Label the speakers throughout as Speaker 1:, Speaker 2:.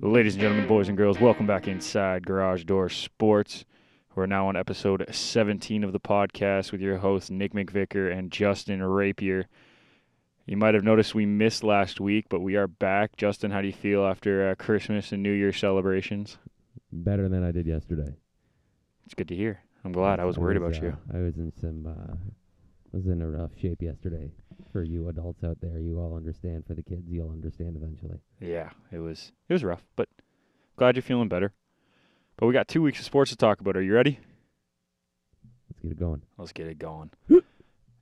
Speaker 1: Ladies and gentlemen, boys and girls, welcome back inside Garage Door Sports. We're now on episode 17 of the podcast with your hosts, Nick McVicker and Justin Rapier. You might have noticed we missed last week, but we are back. Justin, how do you feel after uh, Christmas and New Year celebrations?
Speaker 2: better than I did yesterday.
Speaker 1: It's good to hear. I'm glad. I was worried about
Speaker 2: uh,
Speaker 1: you.
Speaker 2: I was in some, uh, was in a rough shape yesterday. For you adults out there, you all understand. For the kids, you'll understand eventually.
Speaker 1: Yeah, it was it was rough, but glad you're feeling better. But we got two weeks of sports to talk about. Are you ready?
Speaker 2: Let's get it going.
Speaker 1: Let's get it going.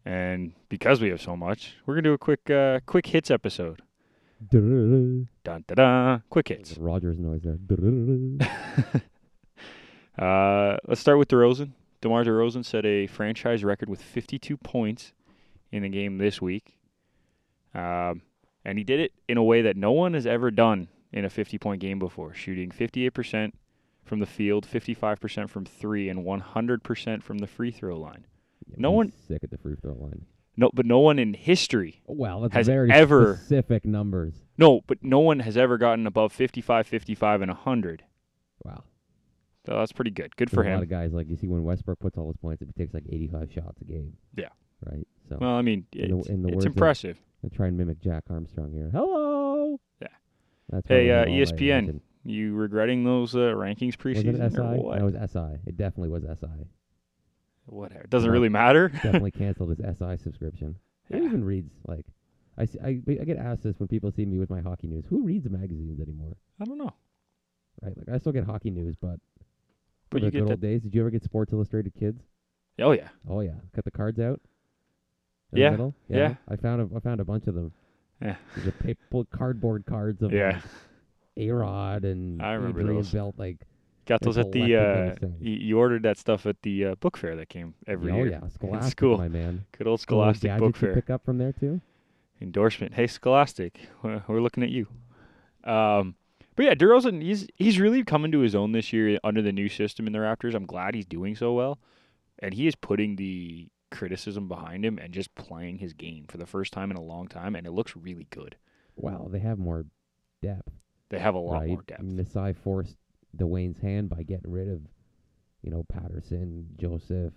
Speaker 1: and because we have so much, we're gonna do a quick uh, quick hits episode. Dun da da. Quick hits.
Speaker 2: The Rogers noise there.
Speaker 1: Uh, let's start with DeRozan. DeMar DeRozan set a franchise record with 52 points in the game this week, um, and he did it in a way that no one has ever done in a 50-point game before, shooting 58% from the field, 55% from three, and 100% from the free throw line.
Speaker 2: Yeah,
Speaker 1: No
Speaker 2: he's
Speaker 1: one-
Speaker 2: sick at the free throw line.
Speaker 1: No, but no one in history
Speaker 2: Oh, wow, that's
Speaker 1: Has
Speaker 2: very
Speaker 1: ever-
Speaker 2: specific numbers.
Speaker 1: No, but no one has ever gotten above 55, 55, and 100.
Speaker 2: Wow,
Speaker 1: So that's pretty good. Good for
Speaker 2: There's a lot of
Speaker 1: him.
Speaker 2: guys like you see when Westbrook puts all his points up, he takes like 85 shots a game.
Speaker 1: Yeah.
Speaker 2: Right. So
Speaker 1: Well, I mean,
Speaker 2: In the-
Speaker 1: it's,
Speaker 2: in the
Speaker 1: it's
Speaker 2: words of-
Speaker 1: impressive.
Speaker 2: I try and mimic Jack Armstrong here. Hello.
Speaker 1: Yeah.
Speaker 2: That's
Speaker 1: Hey,
Speaker 2: probably
Speaker 1: uh,
Speaker 2: all I
Speaker 1: ESPN.
Speaker 2: imagine.
Speaker 1: You regretting those uh, rankings
Speaker 2: Was it
Speaker 1: preseason
Speaker 2: SI?
Speaker 1: or what?
Speaker 2: That was SI. It definitely was SI.
Speaker 1: Whatever. Doesn't
Speaker 2: No.
Speaker 1: really matter.
Speaker 2: Definitely canceled his SI subscription. Who
Speaker 1: Yeah.
Speaker 2: even reads like? I, see, I I get asked this when people see me with my hockey news. Who reads magazines anymore?
Speaker 1: I don't know.
Speaker 2: Right? Like I still get hockey news, but for
Speaker 1: But
Speaker 2: the
Speaker 1: you
Speaker 2: good
Speaker 1: get
Speaker 2: old days, did you ever get Sports Illustrated Kids?
Speaker 1: the, Oh yeah,
Speaker 2: Oh yeah, cut the cards out. in the
Speaker 1: Yeah,
Speaker 2: middle?
Speaker 1: yeah.
Speaker 2: I found a, I found a bunch of them.
Speaker 1: Yeah.
Speaker 2: These are paper cardboard cards of
Speaker 1: yeah.
Speaker 2: like, A Rod and
Speaker 1: I remember
Speaker 2: Adrian
Speaker 1: those.
Speaker 2: Belt. Like
Speaker 1: Got those
Speaker 2: They're
Speaker 1: at the.
Speaker 2: collected
Speaker 1: Uh,
Speaker 2: those things.
Speaker 1: you, you ordered that stuff at the uh, book fair that came every
Speaker 2: oh
Speaker 1: year.
Speaker 2: yeah, Scholastic,
Speaker 1: school.
Speaker 2: my man.
Speaker 1: Good old
Speaker 2: Little
Speaker 1: Scholastic book
Speaker 2: gadgets you
Speaker 1: fair
Speaker 2: Pick up from there too.
Speaker 1: endorsement. Hey Scholastic, we're we're looking at you. Um, but yeah, DeRozan, he's he's really come into his own this year under the new system in the Raptors. I'm glad he's doing so well, and he is putting the criticism behind him and just playing his game for the first time in a long time, and it looks really good.
Speaker 2: Wow, they have more depth.
Speaker 1: They have a lot
Speaker 2: right?
Speaker 1: more depth.
Speaker 2: Masai forced Dwayne's hand by getting rid of, you know, Patterson, Joseph,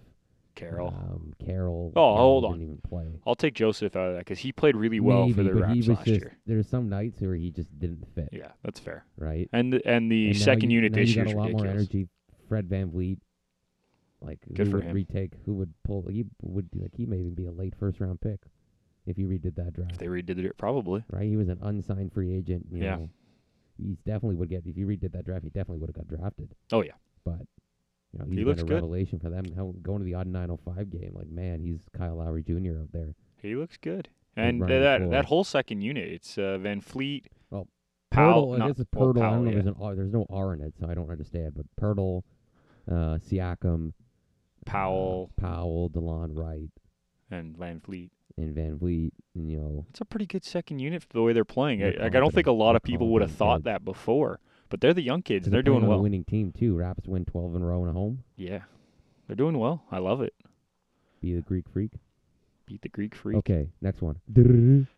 Speaker 1: Carroll,
Speaker 2: um, Carroll.
Speaker 1: Oh,
Speaker 2: Carroll
Speaker 1: hold
Speaker 2: didn't
Speaker 1: on.
Speaker 2: even play.
Speaker 1: I'll take Joseph out of that because he played really well for
Speaker 2: Maybe,
Speaker 1: the
Speaker 2: but he
Speaker 1: Raps
Speaker 2: was
Speaker 1: last
Speaker 2: just,
Speaker 1: year.
Speaker 2: There's some nights where he just didn't fit.
Speaker 1: Yeah, that's fair.
Speaker 2: Right.
Speaker 1: And the, and the
Speaker 2: And now
Speaker 1: second
Speaker 2: you,
Speaker 1: unit
Speaker 2: now
Speaker 1: this
Speaker 2: you
Speaker 1: year
Speaker 2: got
Speaker 1: is
Speaker 2: a lot
Speaker 1: ridiculous.
Speaker 2: more energy. Fred Van Vliet. Like
Speaker 1: Good
Speaker 2: who
Speaker 1: for
Speaker 2: would
Speaker 1: him.
Speaker 2: retake? Who would pull? He would like he may even be a late first round pick, if he redid that draft.
Speaker 1: If they redid it, probably.
Speaker 2: right? He was an unsigned free agent. You
Speaker 1: Yeah.
Speaker 2: Know, he definitely would get if you redid that draft. He definitely would have got drafted.
Speaker 1: Oh, yeah.
Speaker 2: But you know,
Speaker 1: He
Speaker 2: he's
Speaker 1: looks
Speaker 2: been
Speaker 1: good.
Speaker 2: a revelation for them. How, going to the odd 905 game, like man, he's Kyle Lowry Jr. out there.
Speaker 1: He looks good. And
Speaker 2: And Ryan
Speaker 1: that
Speaker 2: Fuller.
Speaker 1: that whole second unit, it's uh, Van Fleet,
Speaker 2: Oh,
Speaker 1: Powell.
Speaker 2: Pirtle,
Speaker 1: not-
Speaker 2: I guess it's
Speaker 1: well,
Speaker 2: Pirtle. I don't
Speaker 1: Powell,
Speaker 2: know. if
Speaker 1: yeah.
Speaker 2: There's an R. There's no R in it, so I don't understand. But Pirtle, uh, Siakam, uh,
Speaker 1: Powell.
Speaker 2: Powell, Delon Wright, Uh-huh.
Speaker 1: and Van Fleet.
Speaker 2: and Van Vliet. And, you know,
Speaker 1: It's a pretty good second unit for the way they're playing.
Speaker 2: They're
Speaker 1: I, like, I don't think a
Speaker 2: confident.
Speaker 1: lot
Speaker 2: They're
Speaker 1: of people would have
Speaker 2: confident
Speaker 1: thought
Speaker 2: kids.
Speaker 1: that before, but they're the young kids and
Speaker 2: they're
Speaker 1: they're doing
Speaker 2: playing on
Speaker 1: well.
Speaker 2: A winning team too. Raps win 12 in a row and a home.
Speaker 1: Yeah, they're doing well. I love it.
Speaker 2: Be the Greek freak.
Speaker 1: Beat the Greek freak.
Speaker 2: Okay, next one.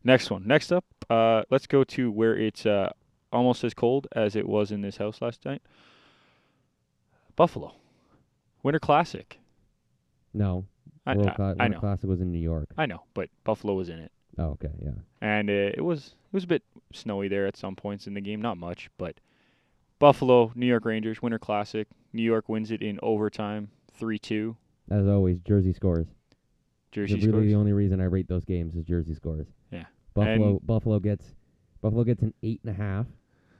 Speaker 1: Next one. Next up, uh, let's go to where it's uh, almost as cold as it was in this house last night. Buffalo, Winter Classic.
Speaker 2: No,
Speaker 1: I,
Speaker 2: World
Speaker 1: I-
Speaker 2: Cla-
Speaker 1: I
Speaker 2: Winter
Speaker 1: know,
Speaker 2: Classic was in New York.
Speaker 1: I know, but Buffalo was in it,
Speaker 2: Oh, okay, yeah.
Speaker 1: and uh, it was it was a bit snowy there at some points in the game. Not much, but Buffalo, New York Rangers, Winter Classic. New York wins it in overtime, three-two.
Speaker 2: As always, Jersey scores.
Speaker 1: Jersey
Speaker 2: really
Speaker 1: scores.
Speaker 2: the only reason I rate those games is Jersey scores.
Speaker 1: Yeah.
Speaker 2: Buffalo Buffalo gets Buffalo gets an eight and a half.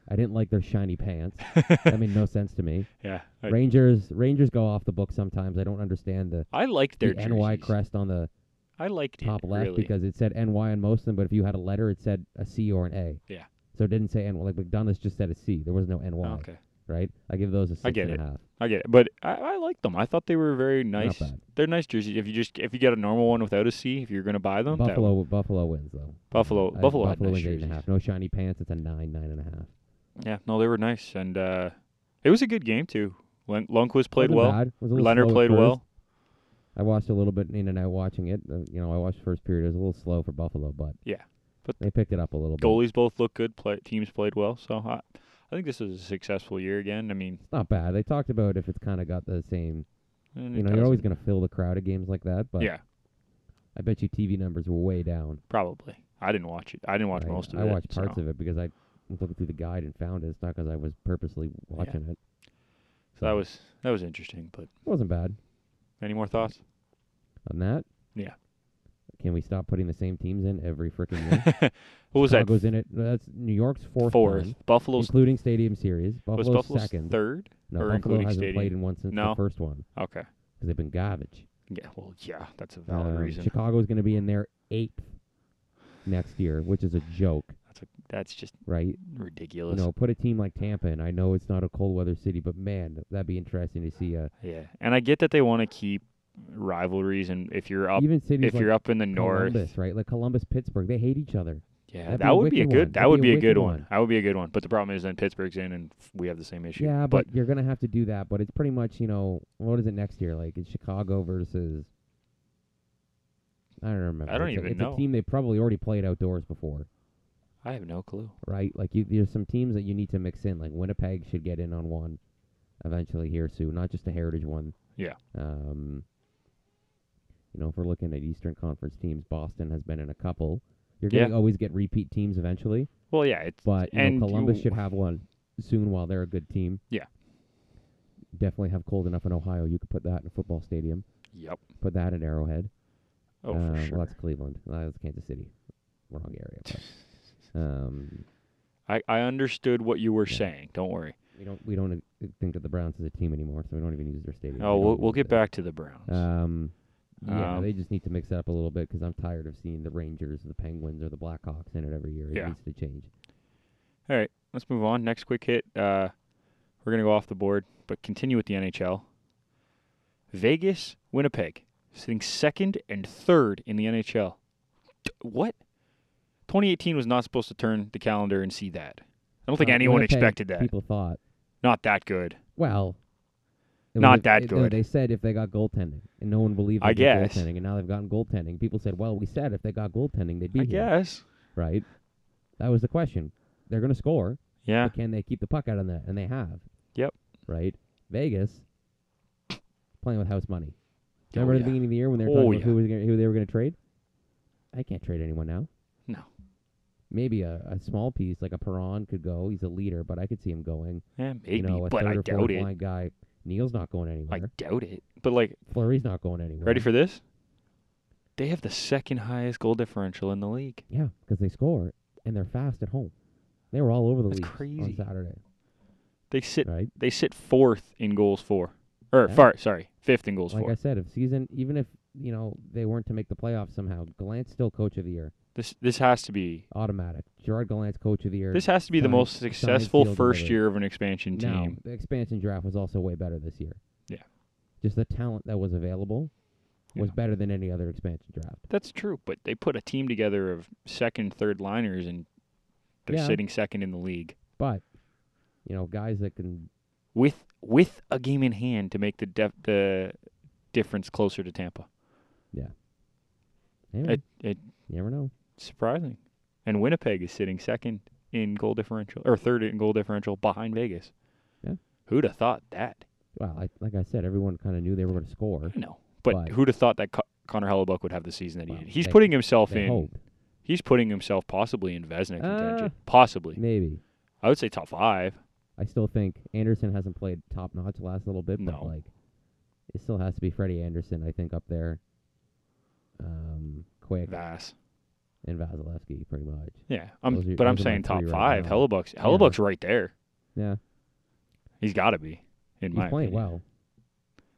Speaker 2: I didn't like their shiny pants. that made no sense to me.
Speaker 1: yeah, I,
Speaker 2: Rangers Rangers go off the book sometimes. I don't understand the,
Speaker 1: I liked their
Speaker 2: the NY
Speaker 1: jerseys.
Speaker 2: crest on the
Speaker 1: I liked
Speaker 2: top
Speaker 1: it
Speaker 2: left
Speaker 1: really.
Speaker 2: because it said NY on most of them, but if you had a letter, it said a C or an A.
Speaker 1: Yeah.
Speaker 2: So it didn't say NY. Like McDonald's just said a C. There was no NY.
Speaker 1: okay.
Speaker 2: Right. I give those a six
Speaker 1: I get
Speaker 2: and
Speaker 1: it.
Speaker 2: a half.
Speaker 1: I get it, but I, I like them. I thought they were very nice.
Speaker 2: bad.
Speaker 1: They're nice jerseys. If you just if you get a normal one without a C, if you're gonna buy them, that would-
Speaker 2: Buffalo Buffalo wins though.
Speaker 1: Buffalo,
Speaker 2: I-
Speaker 1: Buffalo, had
Speaker 2: Buffalo
Speaker 1: nice
Speaker 2: is eight and a
Speaker 1: jerseys.
Speaker 2: half. No shiny pants. It's a nine, nine and a half.
Speaker 1: Yeah, no, they were nice, and uh, it was a good game too. Lund- Lundqvist played well.
Speaker 2: Wasn't bad. Was a little
Speaker 1: Leonard
Speaker 2: slow at
Speaker 1: played
Speaker 2: first.
Speaker 1: well.
Speaker 2: I watched a little bit in and out watching it. Uh, you know, I watched the first period. It was a little slow for Buffalo, but
Speaker 1: Yeah. But
Speaker 2: they picked it up a little bit.
Speaker 1: Goalies both looked good. Play, teams played well, so I, I think this was a successful year again. I mean,
Speaker 2: It's not bad. They talked about if it's kind of got the same.
Speaker 1: and
Speaker 2: You
Speaker 1: it
Speaker 2: know, you're always
Speaker 1: doesn't-
Speaker 2: going to fill the crowd at games like that, but
Speaker 1: yeah,
Speaker 2: I bet you TV numbers were way down.
Speaker 1: probably. I didn't watch it. I didn't watch
Speaker 2: I,
Speaker 1: most of
Speaker 2: I
Speaker 1: it.
Speaker 2: watched parts
Speaker 1: so.
Speaker 2: of it because I was looking through the guide and found it. It's not because I was purposely watching it.
Speaker 1: So that was that was interesting. But
Speaker 2: It wasn't bad.
Speaker 1: any more thoughts?
Speaker 2: On that?
Speaker 1: Yeah.
Speaker 2: Can we stop putting the same teams in every freaking year?
Speaker 1: What was that?
Speaker 2: Chicago's in it. That's New York's fourth. time,
Speaker 1: Buffalo's
Speaker 2: including Stadium Series. Buffalo's,
Speaker 1: was Buffalo's
Speaker 2: second.
Speaker 1: third.
Speaker 2: no,
Speaker 1: or
Speaker 2: Buffalo
Speaker 1: including
Speaker 2: hasn't played
Speaker 1: Stadium?
Speaker 2: in one since
Speaker 1: No.
Speaker 2: the first one
Speaker 1: Okay.
Speaker 2: because they've been garbage.
Speaker 1: Yeah. Well, yeah, that's a valid
Speaker 2: Um,
Speaker 1: reason.
Speaker 2: Chicago's going to be in their eighth next year, which is a joke,
Speaker 1: That's a, that's just
Speaker 2: right?
Speaker 1: ridiculous.
Speaker 2: You know, put a team like Tampa in. I know it's not a cold weather city, but man, that'd be interesting to see. Uh,
Speaker 1: Yeah, and I get that they want to keep rivalries, and if you're up,
Speaker 2: even cities
Speaker 1: if
Speaker 2: like
Speaker 1: you're up in the
Speaker 2: Columbus,
Speaker 1: north,
Speaker 2: right? Like Columbus, Pittsburgh, they hate each other.
Speaker 1: yeah,
Speaker 2: That'd
Speaker 1: that
Speaker 2: be a
Speaker 1: would be a
Speaker 2: wicked one.
Speaker 1: good. That
Speaker 2: That'd
Speaker 1: would
Speaker 2: be
Speaker 1: be
Speaker 2: a
Speaker 1: a good
Speaker 2: wicked
Speaker 1: one.
Speaker 2: one.
Speaker 1: That would be a good one. But the problem is then Pittsburgh's in, and we have the same issue.
Speaker 2: Yeah, but, you're gonna have to do that. But it's pretty much, you know, what is it next year? Like it's Chicago versus. I don't remember.
Speaker 1: I don't
Speaker 2: It's a-
Speaker 1: even
Speaker 2: it's
Speaker 1: know.
Speaker 2: a team they probably already played outdoors before,
Speaker 1: I have no clue.
Speaker 2: right? Like you, there's some teams that you need to mix in. Like Winnipeg should get in on one, eventually here soon, not just a heritage one.
Speaker 1: Yeah.
Speaker 2: Um. You know, if we're looking at Eastern Conference teams, Boston has been in a couple. You're gonna
Speaker 1: Yeah.
Speaker 2: always get repeat teams eventually.
Speaker 1: Well, yeah, it's
Speaker 2: But you know,
Speaker 1: and
Speaker 2: Columbus
Speaker 1: you-
Speaker 2: should have one soon while they're a good team.
Speaker 1: Yeah.
Speaker 2: Definitely have cold enough in Ohio. You could put that in a football stadium.
Speaker 1: Yep.
Speaker 2: Put that in Arrowhead.
Speaker 1: Oh,
Speaker 2: Um,
Speaker 1: for sure.
Speaker 2: Well, that's Cleveland. Uh, that's Kansas City. Wrong area. But, um,
Speaker 1: I I understood what you were
Speaker 2: Yeah.
Speaker 1: saying. Don't worry.
Speaker 2: we don't we don't uh, think of the Browns as a team anymore, so we don't even use their stadium.
Speaker 1: Oh,
Speaker 2: We
Speaker 1: we'll
Speaker 2: don't
Speaker 1: we'll
Speaker 2: use
Speaker 1: get
Speaker 2: it.
Speaker 1: back to the Browns.
Speaker 2: Um, yeah,
Speaker 1: Um,
Speaker 2: they just need to mix it up a little bit because I'm tired of seeing the Rangers, the Penguins, or the Blackhawks in it every year. It
Speaker 1: Yeah.
Speaker 2: needs to change.
Speaker 1: All right, let's move on. Next quick hit. Uh, we're gonna go off the board, but continue with the NHL. Vegas, Winnipeg, sitting second and third in the NHL. T- What? 2018 was not supposed to turn the calendar and see that. I don't think
Speaker 2: Uh,
Speaker 1: anyone
Speaker 2: Winnipeg,
Speaker 1: expected that.
Speaker 2: People thought
Speaker 1: Not that good.
Speaker 2: Well, it
Speaker 1: Not
Speaker 2: would've-
Speaker 1: that
Speaker 2: it- no,
Speaker 1: good.
Speaker 2: they said if they got goaltending, and no one believed. They
Speaker 1: I
Speaker 2: got
Speaker 1: guess.
Speaker 2: goaltending, and now they've gotten goaltending. People said, "Well, we said if they got goaltending, they'd be
Speaker 1: I
Speaker 2: here."
Speaker 1: guess.
Speaker 2: Right. That was the question. They're going to score,
Speaker 1: Yeah.
Speaker 2: but can they keep the puck out of the net? And they have.
Speaker 1: Yep.
Speaker 2: Right. Vegas playing with house money.
Speaker 1: Oh,
Speaker 2: Remember at the
Speaker 1: yeah.
Speaker 2: beginning of the year when they were
Speaker 1: Oh,
Speaker 2: talking
Speaker 1: yeah.
Speaker 2: about who was gonna, who they were going to trade? I can't trade anyone now.
Speaker 1: No.
Speaker 2: Maybe a, a small piece like a Perron could go. He's a leader, but I could see him going.
Speaker 1: Yeah, maybe,
Speaker 2: you know, a
Speaker 1: but
Speaker 2: third
Speaker 1: I
Speaker 2: or
Speaker 1: doubt
Speaker 2: fourth
Speaker 1: it.
Speaker 2: line guy. Neil's not going
Speaker 1: I
Speaker 2: anywhere.
Speaker 1: doubt it. But like,
Speaker 2: Flurry's not going anywhere.
Speaker 1: ready for this? They have the second highest goal differential in the league.
Speaker 2: Yeah, because they score and they're fast at home. They were all over the
Speaker 1: That's
Speaker 2: league
Speaker 1: crazy.
Speaker 2: on Saturday,
Speaker 1: They sit
Speaker 2: right?
Speaker 1: they sit fourth in goals for, or
Speaker 2: Yeah.
Speaker 1: far sorry, fifth in goals
Speaker 2: Like
Speaker 1: for.
Speaker 2: I said, if season, even if you know they weren't to make the playoffs somehow, Gallant's still coach of the year,
Speaker 1: This this has to be
Speaker 2: automatic. Gerard Gallant's coach of the year.
Speaker 1: this has to be the
Speaker 2: Sign-
Speaker 1: most
Speaker 2: sign
Speaker 1: successful
Speaker 2: Fields
Speaker 1: first
Speaker 2: already.
Speaker 1: year of an expansion
Speaker 2: now
Speaker 1: team.
Speaker 2: the expansion draft was also way better this year.
Speaker 1: Yeah.
Speaker 2: just the talent that was available was
Speaker 1: Yeah.
Speaker 2: better than any other expansion draft.
Speaker 1: That's true, but they put a team together of second, third liners, and they're
Speaker 2: Yeah.
Speaker 1: sitting second in the league
Speaker 2: But you know, guys that can
Speaker 1: with with a game in hand to make the def, the difference closer to Tampa.
Speaker 2: anyway,
Speaker 1: It, it
Speaker 2: you never know.
Speaker 1: surprising, and Winnipeg is sitting second in goal differential or third in goal differential behind Vegas.
Speaker 2: Yeah.
Speaker 1: Who'd have thought that?
Speaker 2: Well, I, like I said, everyone kind of knew they were going to score.
Speaker 1: I know, but,
Speaker 2: But-
Speaker 1: who'd have thought that Co- Connor Hellebuck would have the season that he
Speaker 2: Well,
Speaker 1: did? He's
Speaker 2: they-
Speaker 1: putting himself
Speaker 2: They
Speaker 1: in.
Speaker 2: hoped,
Speaker 1: He's putting himself possibly in Vesna
Speaker 2: Uh,
Speaker 1: contention. possibly,
Speaker 2: maybe.
Speaker 1: I would say top five.
Speaker 2: I still think Anderson hasn't played top notch the last little bit,
Speaker 1: No.
Speaker 2: but like it still has to be Freddie Anderson, I think, up there. Um, Quick
Speaker 1: Vass.
Speaker 2: and Vasilevsky, pretty much.
Speaker 1: Yeah, I'm,
Speaker 2: Those are-
Speaker 1: but I'm
Speaker 2: those are my
Speaker 1: saying top
Speaker 2: three right
Speaker 1: five.
Speaker 2: now.
Speaker 1: Hellebuck's Hellebuck's right there.
Speaker 2: Yeah,
Speaker 1: He's got to be in
Speaker 2: he's
Speaker 1: my
Speaker 2: playing
Speaker 1: opinion.
Speaker 2: well.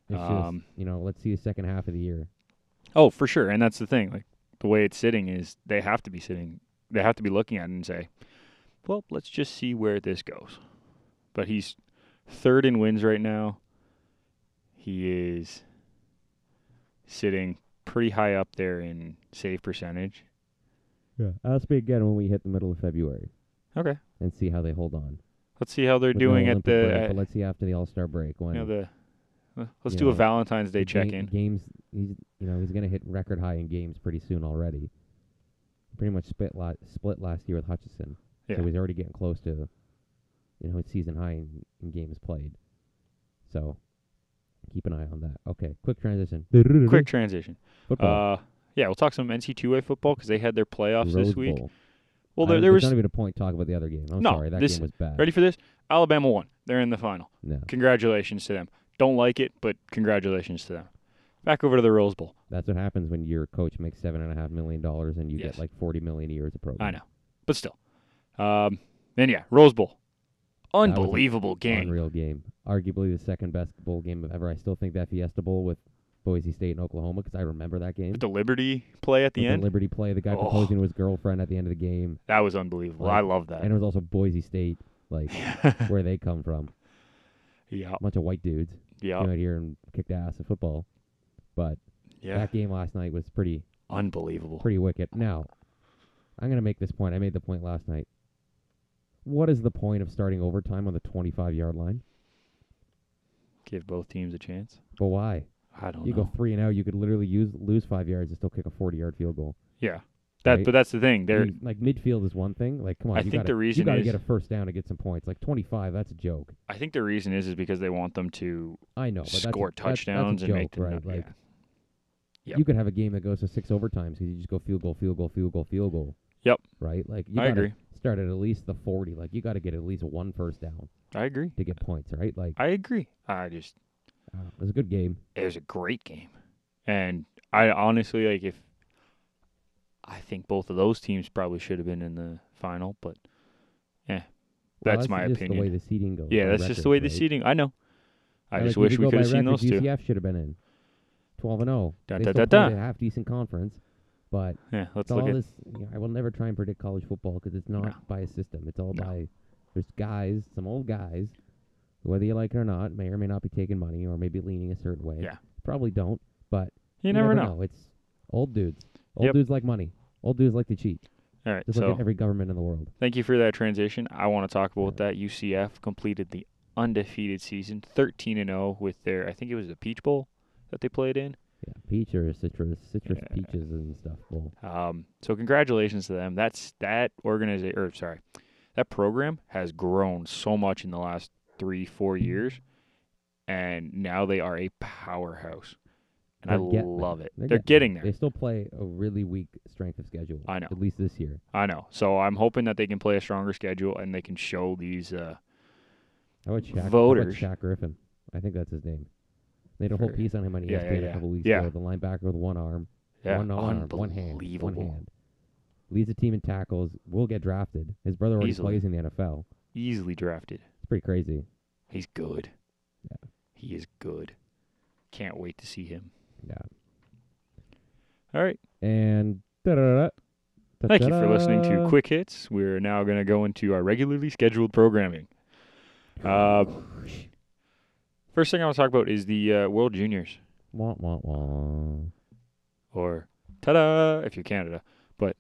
Speaker 2: It's
Speaker 1: Um,
Speaker 2: just you know, let's see the second half of the year.
Speaker 1: Oh, for sure, and that's the thing. Like the way it's sitting is they have to be sitting. They have to be looking at it and say, "Well, let's just see where this goes." But he's third in wins right now. He is sitting pretty high up there in save percentage.
Speaker 2: Yeah, I'll speak again when we hit the middle of February
Speaker 1: Okay,
Speaker 2: and see how they hold on.
Speaker 1: let's see how they're
Speaker 2: With no
Speaker 1: doing at
Speaker 2: Olympic break,
Speaker 1: the
Speaker 2: but
Speaker 1: uh,
Speaker 2: let's see after the All Star break when
Speaker 1: you know the. uh, Let's
Speaker 2: you
Speaker 1: do a
Speaker 2: know,
Speaker 1: Valentine's Day
Speaker 2: the ga-
Speaker 1: check-in.
Speaker 2: Games, he's you know he's gonna hit record high in games pretty soon already. Pretty much split la- split last year with Hutchinson,
Speaker 1: Yeah.
Speaker 2: so he's already getting close to, you you know, his season high in, in games played. So keep an eye on that. Okay, quick transition.
Speaker 1: Quick transition.
Speaker 2: Football.
Speaker 1: Uh, yeah, we'll talk some NC2A football because they had their playoffs
Speaker 2: Rose
Speaker 1: this week.
Speaker 2: Bowl.
Speaker 1: Well,
Speaker 2: I
Speaker 1: there, there
Speaker 2: don't- there's
Speaker 1: was.
Speaker 2: not even a point to talk about the other game. I'm
Speaker 1: No,
Speaker 2: sorry, that
Speaker 1: this-
Speaker 2: game was bad.
Speaker 1: Ready for this? Alabama won. They're in the final.
Speaker 2: No,
Speaker 1: Congratulations to them. Don't like it, but congratulations to them. Back over to the Rose Bowl.
Speaker 2: that's what happens when your coach makes seven and a half million dollars and you
Speaker 1: Yes.
Speaker 2: get like forty million a year as a program.
Speaker 1: I know, but still. Um, then yeah, Rose Bowl.
Speaker 2: was an
Speaker 1: Unbelievable game.
Speaker 2: Unreal game. Arguably the second best bowl game ever. I still think that Fiesta Bowl with Boise State and Oklahoma because I remember that game.
Speaker 1: With the Liberty play at the
Speaker 2: With
Speaker 1: end,
Speaker 2: Liberty play, the guy
Speaker 1: Oh.
Speaker 2: proposing to his girlfriend at the end of the game,
Speaker 1: that was unbelievable. I love that.
Speaker 2: and it was also Boise State, like where they come from,
Speaker 1: yeah,
Speaker 2: a bunch of white dudes
Speaker 1: yeah,
Speaker 2: came out here and kicked ass at football. But
Speaker 1: yeah.
Speaker 2: that game last night was pretty
Speaker 1: Unbelievable.
Speaker 2: pretty wicked. Now, I'm gonna make this point. I made the point last night. What is the point of starting overtime on the 25 yard line?
Speaker 1: Give both teams a chance.
Speaker 2: But why?
Speaker 1: I don't
Speaker 2: you
Speaker 1: know.
Speaker 2: go three and out. You could literally use lose five yards and still kick a 40 yard field goal.
Speaker 1: yeah, that.
Speaker 2: Right.
Speaker 1: But that's the thing. They're
Speaker 2: You- like midfield is one thing. Like come on,
Speaker 1: I
Speaker 2: you
Speaker 1: think
Speaker 2: gotta,
Speaker 1: the reason
Speaker 2: you gotta
Speaker 1: is-
Speaker 2: get a first down to get some points. Like 25, that's a joke.
Speaker 1: I think the reason is is because they want them to
Speaker 2: I know, but that's a-
Speaker 1: score
Speaker 2: that's- that's a
Speaker 1: touchdowns and
Speaker 2: joke,
Speaker 1: make them
Speaker 2: right.
Speaker 1: yeah.
Speaker 2: Like
Speaker 1: Yep.
Speaker 2: you could have a game that goes to six overtimes because you just go field goal, field goal, field goal, field goal.
Speaker 1: Yep.
Speaker 2: Right. Like you
Speaker 1: I
Speaker 2: gotta
Speaker 1: agree.
Speaker 2: start at at least the 40. Like you got to get at least one first down
Speaker 1: I agree.
Speaker 2: to get points. Right. Like
Speaker 1: I agree. I just
Speaker 2: I don't know, it was a good game.
Speaker 1: it was a great game, and I honestly like if I think both of those teams probably should have been in the final, but eh,
Speaker 2: Well,
Speaker 1: That's my
Speaker 2: just
Speaker 1: opinion.
Speaker 2: The way the seeding goes.
Speaker 1: yeah,
Speaker 2: by
Speaker 1: that's just the way
Speaker 2: record,
Speaker 1: the
Speaker 2: right?
Speaker 1: seating. I know. I
Speaker 2: Like,
Speaker 1: just
Speaker 2: if
Speaker 1: wish
Speaker 2: you
Speaker 1: we
Speaker 2: go
Speaker 1: could have
Speaker 2: by
Speaker 1: seen
Speaker 2: record,
Speaker 1: those two.
Speaker 2: UCF should have been in. 12 and 0.
Speaker 1: Da,
Speaker 2: they
Speaker 1: da,
Speaker 2: still
Speaker 1: da,
Speaker 2: played
Speaker 1: da.
Speaker 2: a half decent conference, but
Speaker 1: Yeah, let's
Speaker 2: it's
Speaker 1: look
Speaker 2: all
Speaker 1: at
Speaker 2: this. you know, I will never try and predict college football because it's not
Speaker 1: No.
Speaker 2: by a system. It's all
Speaker 1: No.
Speaker 2: by there's guys, some old guys, whether you like it or not, may or may not be taking money or maybe leaning a certain way.
Speaker 1: Yeah.
Speaker 2: probably don't, but
Speaker 1: You, never know.
Speaker 2: It's old dudes. Old
Speaker 1: Yep.
Speaker 2: dudes like money. Old dudes like to cheat.
Speaker 1: All right,
Speaker 2: Just
Speaker 1: so
Speaker 2: like every government in the world.
Speaker 1: Thank you for that transition. I want to talk about that. UCF completed the undefeated season, 13 and 0 with their I think it was the Peach Bowl that they played in.
Speaker 2: Yeah, peach or citrus, citrus
Speaker 1: Yeah.
Speaker 2: peaches and stuff. Well,
Speaker 1: Um, so congratulations to them. That's that organization or sorry. That program has grown so much in the last 3-4 years and now they are a powerhouse. And I
Speaker 2: They're get-
Speaker 1: love it.
Speaker 2: they're
Speaker 1: They're, getting
Speaker 2: getting They
Speaker 1: there.
Speaker 2: still play a really weak strength of schedule.
Speaker 1: I know.
Speaker 2: At least this year.
Speaker 1: I know. So I'm hoping that they can play a stronger schedule and they can show these uh
Speaker 2: How about Shaq? how about
Speaker 1: Voters.
Speaker 2: Shaq Griffin. I think that's his name. They did a whole
Speaker 1: Sure.
Speaker 2: piece on him on E ESPN
Speaker 1: Yeah, yeah,
Speaker 2: a
Speaker 1: yeah.
Speaker 2: couple weeks
Speaker 1: Yeah.
Speaker 2: ago. The linebacker with one arm,
Speaker 1: yeah,
Speaker 2: one, arm, one hand, one
Speaker 1: unbelievable.
Speaker 2: hand. Leads the team in tackles. Will get drafted. His brother already
Speaker 1: Easily.
Speaker 2: plays in the NFL.
Speaker 1: Easily drafted.
Speaker 2: It's pretty crazy.
Speaker 1: He's good.
Speaker 2: Yeah.
Speaker 1: He is good. Can't wait to see him.
Speaker 2: Yeah.
Speaker 1: All right.
Speaker 2: And da-da-da-da.
Speaker 1: Thank you for listening to
Speaker 2: Ta-ta.
Speaker 1: Quick Hits. We're now going to go into our regularly scheduled programming. Uh, first thing I want to talk about is the uh, World Juniors,
Speaker 2: Wah, wah, wah.
Speaker 1: or ta da, if you're Canada. But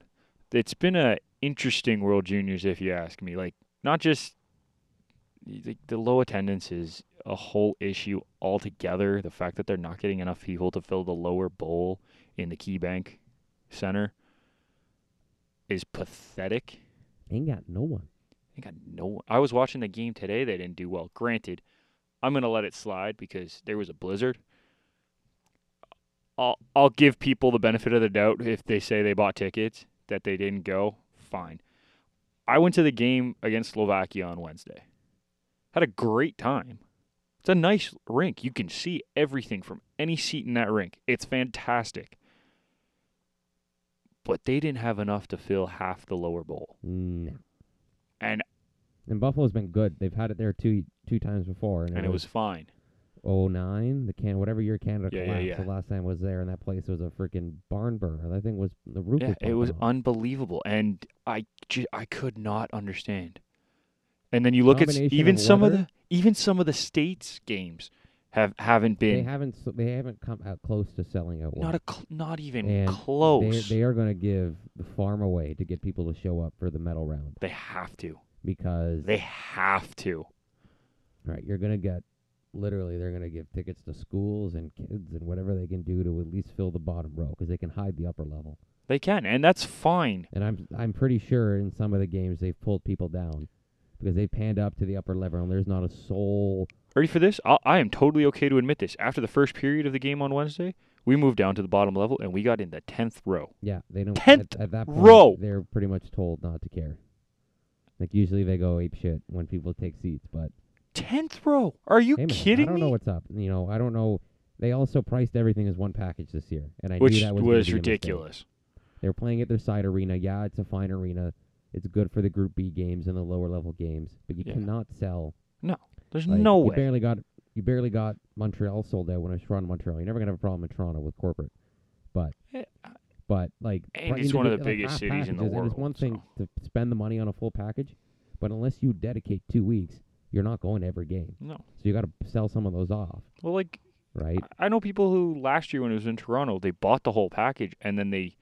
Speaker 1: it's been a interesting World Juniors, if you ask me. Like, not just the, the low attendance is a whole issue altogether. The fact that they're not getting enough people to fill the lower bowl in the KeyBank Center is pathetic.
Speaker 2: Ain't got no one.
Speaker 1: I think I know. I was watching the game today. They didn't do well. Granted, I'm gonna let it slide because there was a blizzard. I'll I'll give people the benefit of the doubt if they say they bought tickets that they didn't go. Fine. I went to the game against Slovakia on Wednesday. Had a great time. It's a nice rink. You can see everything from any seat in that rink. It's fantastic. But they didn't have enough to fill half the lower bowl.
Speaker 2: No.
Speaker 1: And
Speaker 2: And Buffalo's been good. They've had it there two two times before, and,
Speaker 1: and it was fine.
Speaker 2: oh nine. The can whatever year Canada
Speaker 1: Yeah, yeah,
Speaker 2: collapsed,
Speaker 1: yeah.
Speaker 2: the last time I was there, and that place was a freaking barn burner. That thing was the roof.
Speaker 1: Yeah, it was
Speaker 2: popping off.
Speaker 1: unbelievable, and I ju- I could not understand. And then you look at s-
Speaker 2: Combination
Speaker 1: even
Speaker 2: of
Speaker 1: some of
Speaker 2: weather?
Speaker 1: the even some of the states games have haven't
Speaker 2: They
Speaker 1: been
Speaker 2: haven't s- they haven't come out close to selling out.
Speaker 1: not
Speaker 2: one.
Speaker 1: a cl- not even
Speaker 2: And
Speaker 1: close.
Speaker 2: They, they are going to give the farm away to get people to show up for the medal round
Speaker 1: They have to.
Speaker 2: because
Speaker 1: They have to.
Speaker 2: all right, you're going to get literally they're going to give tickets to schools and kids and whatever they can do to at least fill the bottom row because they can hide the upper level.
Speaker 1: They can, and that's fine.
Speaker 2: And I'm I'm pretty sure in some of the games they've pulled people down because they panned up to the upper level and there's not a soul.
Speaker 1: Ready for this? i I am totally okay to admit this. After the first period of the game on Wednesday, we moved down to the bottom level and we got in the tenth row.
Speaker 2: Yeah, they don't.
Speaker 1: Tenth
Speaker 2: at, at that point,
Speaker 1: row.
Speaker 2: They're pretty much told not to care. Like usually they go ape shit when people take seats, but
Speaker 1: Tenth row? Are you
Speaker 2: hey man,
Speaker 1: kidding
Speaker 2: I don't
Speaker 1: me?
Speaker 2: know what's up. You know, I don't know. They also priced everything as one package this year, and I
Speaker 1: Which
Speaker 2: knew that was, gonna
Speaker 1: was
Speaker 2: be a mistake.
Speaker 1: ridiculous.
Speaker 2: They were playing at their side arena. Yeah, it's a fine arena. It's good for the Group B games and the lower level games, but you
Speaker 1: Yeah.
Speaker 2: cannot sell.
Speaker 1: There's
Speaker 2: like,
Speaker 1: no
Speaker 2: you
Speaker 1: way.
Speaker 2: barely got you barely got Montreal sold out when I was Toronto Montreal. You're never gonna have a problem in Toronto with corporate, but
Speaker 1: Yeah,
Speaker 2: but like
Speaker 1: And
Speaker 2: pri-
Speaker 1: it's one of the
Speaker 2: individ-
Speaker 1: biggest
Speaker 2: half
Speaker 1: cities in the
Speaker 2: packages, and It's
Speaker 1: world,
Speaker 2: one thing to spend the money on a full package, but unless you dedicate two weeks, you're not going to every game.
Speaker 1: No.
Speaker 2: So you got to sell some of those off,
Speaker 1: Well, like
Speaker 2: right?
Speaker 1: I I know people who last year when it was in Toronto, they bought the whole package and then they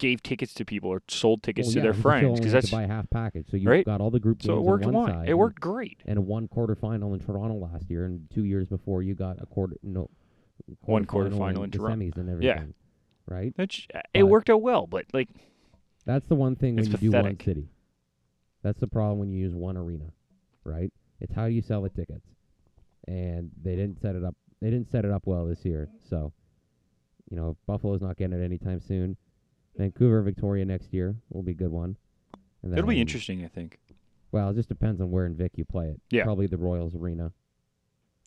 Speaker 1: gave tickets to people or sold tickets
Speaker 2: Well,
Speaker 1: to
Speaker 2: yeah,
Speaker 1: their
Speaker 2: you still
Speaker 1: friends
Speaker 2: only
Speaker 1: because
Speaker 2: have
Speaker 1: that's
Speaker 2: to buy a half package. So you
Speaker 1: Right?
Speaker 2: got all the group games
Speaker 1: so it
Speaker 2: on
Speaker 1: worked
Speaker 2: one
Speaker 1: wide.
Speaker 2: side
Speaker 1: It
Speaker 2: and-
Speaker 1: worked great.
Speaker 2: and a one quarterfinal in Toronto last year, and two years before you got a quarter no
Speaker 1: One
Speaker 2: quarterfinal
Speaker 1: quarterfinal in
Speaker 2: and the
Speaker 1: Toronto.
Speaker 2: semis and everything.
Speaker 1: Yeah.
Speaker 2: Right.
Speaker 1: That's, it
Speaker 2: But-
Speaker 1: worked out well, but like
Speaker 2: That's the one thing when
Speaker 1: It's
Speaker 2: you do one
Speaker 1: pathetic.
Speaker 2: city. That's the problem when you use one arena, right? It's how you sell the tickets, and they didn't set it up. They didn't set it up well this year. So, you know, Buffalo's not getting it anytime soon. Vancouver, Victoria next year will be a good one. And
Speaker 1: it'll be
Speaker 2: then-
Speaker 1: interesting. I think
Speaker 2: Well, it just depends on where in Vic you play it.
Speaker 1: Yeah.
Speaker 2: Probably the Royals Arena.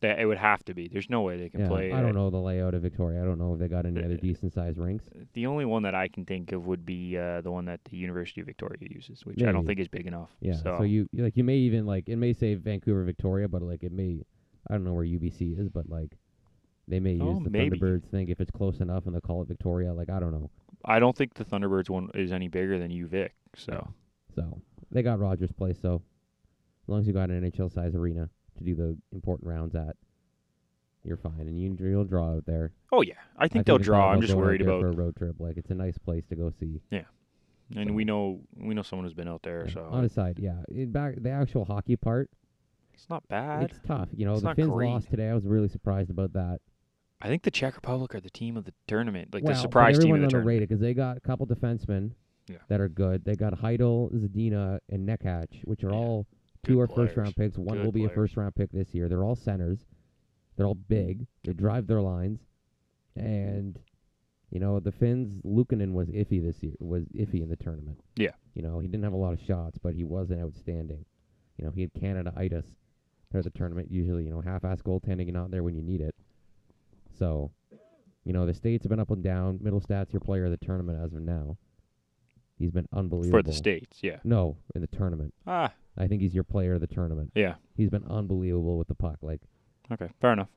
Speaker 1: that it would have to be. There's no way they can
Speaker 2: Yeah,
Speaker 1: play.
Speaker 2: I
Speaker 1: at-
Speaker 2: don't know the layout of Victoria. I don't know if they got any other
Speaker 1: Uh,
Speaker 2: decent sized rinks.
Speaker 1: The only one that I can think of would be uh, the one that the University of Victoria uses, which I don't
Speaker 2: Maybe.
Speaker 1: think is big enough.
Speaker 2: Yeah.
Speaker 1: So,
Speaker 2: So, you you- like you may even like it may say Vancouver Victoria, but like it may I don't know where UBC is, but like they may
Speaker 1: Oh,
Speaker 2: use the
Speaker 1: maybe.
Speaker 2: Thunderbirds thing if it's close enough, and they call it Victoria. Like I don't know.
Speaker 1: I don't think the Thunderbirds one is any bigger than UVic. So
Speaker 2: So they got Rogers Place. So as long as you got an NHL size arena to do the important rounds at, you're fine, and you you'll draw out there.
Speaker 1: oh yeah, I think
Speaker 2: it's
Speaker 1: they'll
Speaker 2: all
Speaker 1: draw. I'm
Speaker 2: about
Speaker 1: just
Speaker 2: going out
Speaker 1: worried
Speaker 2: there
Speaker 1: about,
Speaker 2: for a road trip. Like it's a nice place to go see.
Speaker 1: and we know we know someone who's been out there,
Speaker 2: Yeah.
Speaker 1: so
Speaker 2: On a side, yeah. It back the actual hockey part,
Speaker 1: it's not bad.
Speaker 2: it's tough. You know,
Speaker 1: It's
Speaker 2: the
Speaker 1: not
Speaker 2: Finns
Speaker 1: great.
Speaker 2: lost today. I was really surprised about that.
Speaker 1: I think the Czech Republic are the team of the tournament, like
Speaker 2: Well,
Speaker 1: the
Speaker 2: but
Speaker 1: surprise team of the
Speaker 2: everyone
Speaker 1: tournament.
Speaker 2: underrated because they got a couple defensemen
Speaker 1: Yeah.
Speaker 2: that are good. They got Heidel, Zadina, and Neckhatch, which are
Speaker 1: Yeah.
Speaker 2: all
Speaker 1: Good
Speaker 2: two are
Speaker 1: players.
Speaker 2: first round picks. One
Speaker 1: Good
Speaker 2: will be a
Speaker 1: players.
Speaker 2: first round pick this year. They're all centers. They're all big. They drive their lines, and you know the Finns. Lukanen was iffy this year. Was iffy in the tournament.
Speaker 1: Yeah.
Speaker 2: You know he didn't have a lot of shots, but he wasn't outstanding. You know he had Canada itis throughout the tournament. Usually, you know, half-ass goaltending and not there when you need it. So, you know, the states have been up and down. Middle stats your player of the tournament as of now. He's been unbelievable.
Speaker 1: for the states. Yeah.
Speaker 2: No, in the tournament.
Speaker 1: Ah,
Speaker 2: I think he's your player of the tournament.
Speaker 1: yeah.
Speaker 2: He's been unbelievable with the puck, like
Speaker 1: Okay, fair enough.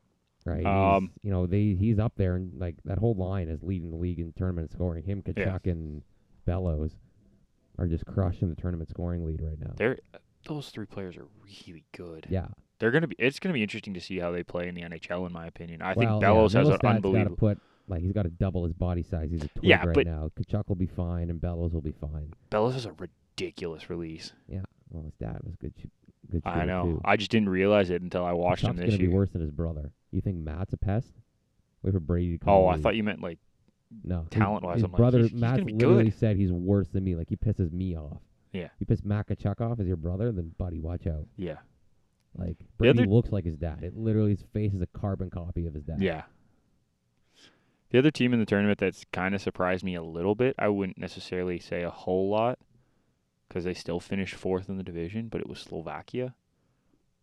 Speaker 2: right. He's-
Speaker 1: Um,
Speaker 2: you know, they he's up there and like that whole line is leading the league in tournament scoring. Him,
Speaker 1: Yeah.
Speaker 2: Kachuk, and Bellows are just crushing the tournament scoring lead right now.
Speaker 1: They're those three players are really good.
Speaker 2: yeah,
Speaker 1: They're gonna be. It's gonna be interesting to see how they play in the NHL. In my opinion, I
Speaker 2: Well,
Speaker 1: think Bellows
Speaker 2: yeah,
Speaker 1: has an
Speaker 2: Middlestaat's gotta
Speaker 1: unbelievable.
Speaker 2: Put, like he's got to double his body size. He's a twig
Speaker 1: Yeah,
Speaker 2: right
Speaker 1: but-
Speaker 2: now. Kachuk will be fine, and Bellows will be fine.
Speaker 1: Bellows has a ridiculous release.
Speaker 2: Well, his dad was a good. Sh- good.
Speaker 1: I
Speaker 2: shooter,
Speaker 1: know.
Speaker 2: Too.
Speaker 1: I just didn't realize it until I watched
Speaker 2: Kachuk's
Speaker 1: him this
Speaker 2: gonna be
Speaker 1: year.
Speaker 2: worse than his brother. You think Matt's a pest? Wait for Brady to come.
Speaker 1: Oh, I thought you meant like
Speaker 2: You, no. his-
Speaker 1: talent-wise,
Speaker 2: his
Speaker 1: I'm like,
Speaker 2: brother
Speaker 1: he's- he's gonna
Speaker 2: Matt's
Speaker 1: be
Speaker 2: literally
Speaker 1: good.
Speaker 2: said he's worse than me. Like he pisses me off.
Speaker 1: Yeah.
Speaker 2: You piss Matt Kachuk off as your brother, then buddy, watch out.
Speaker 1: yeah,
Speaker 2: Like
Speaker 1: The
Speaker 2: Brady
Speaker 1: other-
Speaker 2: looks like his dad. It literally his face is a carbon copy of his dad.
Speaker 1: yeah. The other team in the tournament that's kind of surprised me a little bit. I wouldn't necessarily say a whole lot because they still finished fourth in the division, but it was Slovakia.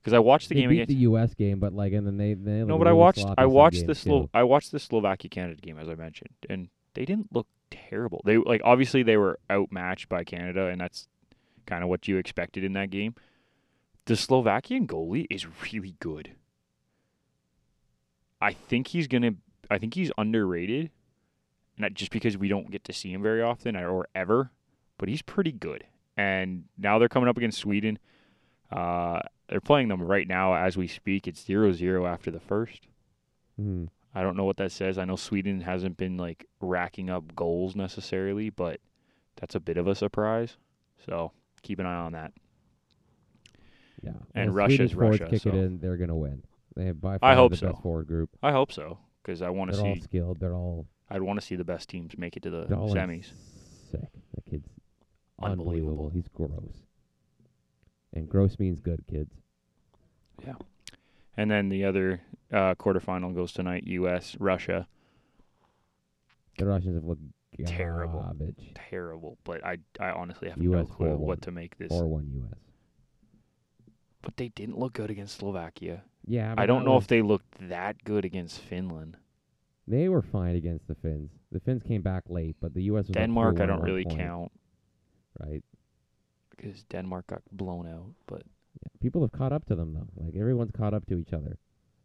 Speaker 1: Because I watched the
Speaker 2: they
Speaker 1: game
Speaker 2: beat
Speaker 1: against.
Speaker 2: the U.S. game, but like, and then they they had
Speaker 1: No,
Speaker 2: a
Speaker 1: but I
Speaker 2: really
Speaker 1: watched
Speaker 2: sloppy
Speaker 1: I
Speaker 2: some
Speaker 1: watched the
Speaker 2: games,
Speaker 1: Slo-
Speaker 2: too.
Speaker 1: I watched the Slovakia Canada game as I mentioned, and they didn't look terrible. They like obviously they were outmatched by Canada, and that's kind of what you expected in that game. The Slovakian goalie is really good. I think he's gonna. I think he's underrated, not just because we don't get to see him very often or- or ever, but he's pretty good. And now they're coming up against Sweden. Uh, they're playing them right now as we speak. It's 0-0 after the first.
Speaker 2: Mhm.
Speaker 1: I don't know what that says. I know Sweden hasn't been like racking up goals necessarily, but that's a bit of a surprise. So keep an eye on that.
Speaker 2: Yeah.
Speaker 1: And
Speaker 2: well,
Speaker 1: Russia's
Speaker 2: Swedish forwards
Speaker 1: Russia,
Speaker 2: kick
Speaker 1: so-
Speaker 2: it in, they're gonna win. They have by far
Speaker 1: hope
Speaker 2: the
Speaker 1: so.
Speaker 2: best forward group.
Speaker 1: I hope so because I want to
Speaker 2: They're all
Speaker 1: see.
Speaker 2: skilled. They're all
Speaker 1: I'd want to see the best teams make it to the
Speaker 2: they're all like
Speaker 1: semis.
Speaker 2: Sick. That kid's
Speaker 1: Unbelievable.
Speaker 2: He's gross. And gross means good, kids.
Speaker 1: And then the other uh, quarterfinal goes tonight: U.S. Russia.
Speaker 2: The Russians have looked
Speaker 1: Terrible.
Speaker 2: garbage.
Speaker 1: Terrible, but I I honestly have no
Speaker 2: US
Speaker 1: clue what
Speaker 2: 4-1.
Speaker 1: to make this.
Speaker 2: Or one U.S.
Speaker 1: But they didn't look good against Slovakia.
Speaker 2: Yeah,
Speaker 1: I don't know if they looked that good against Finland.
Speaker 2: they were fine against the Finns. The Finns came back late, but the U.S. was up
Speaker 1: Denmark, I
Speaker 2: 3-1 at
Speaker 1: don't
Speaker 2: one
Speaker 1: really
Speaker 2: point,
Speaker 1: count
Speaker 2: Right?
Speaker 1: because Denmark got blown out. But
Speaker 2: Yeah. People have caught up to them though. Like everyone's caught up to each other.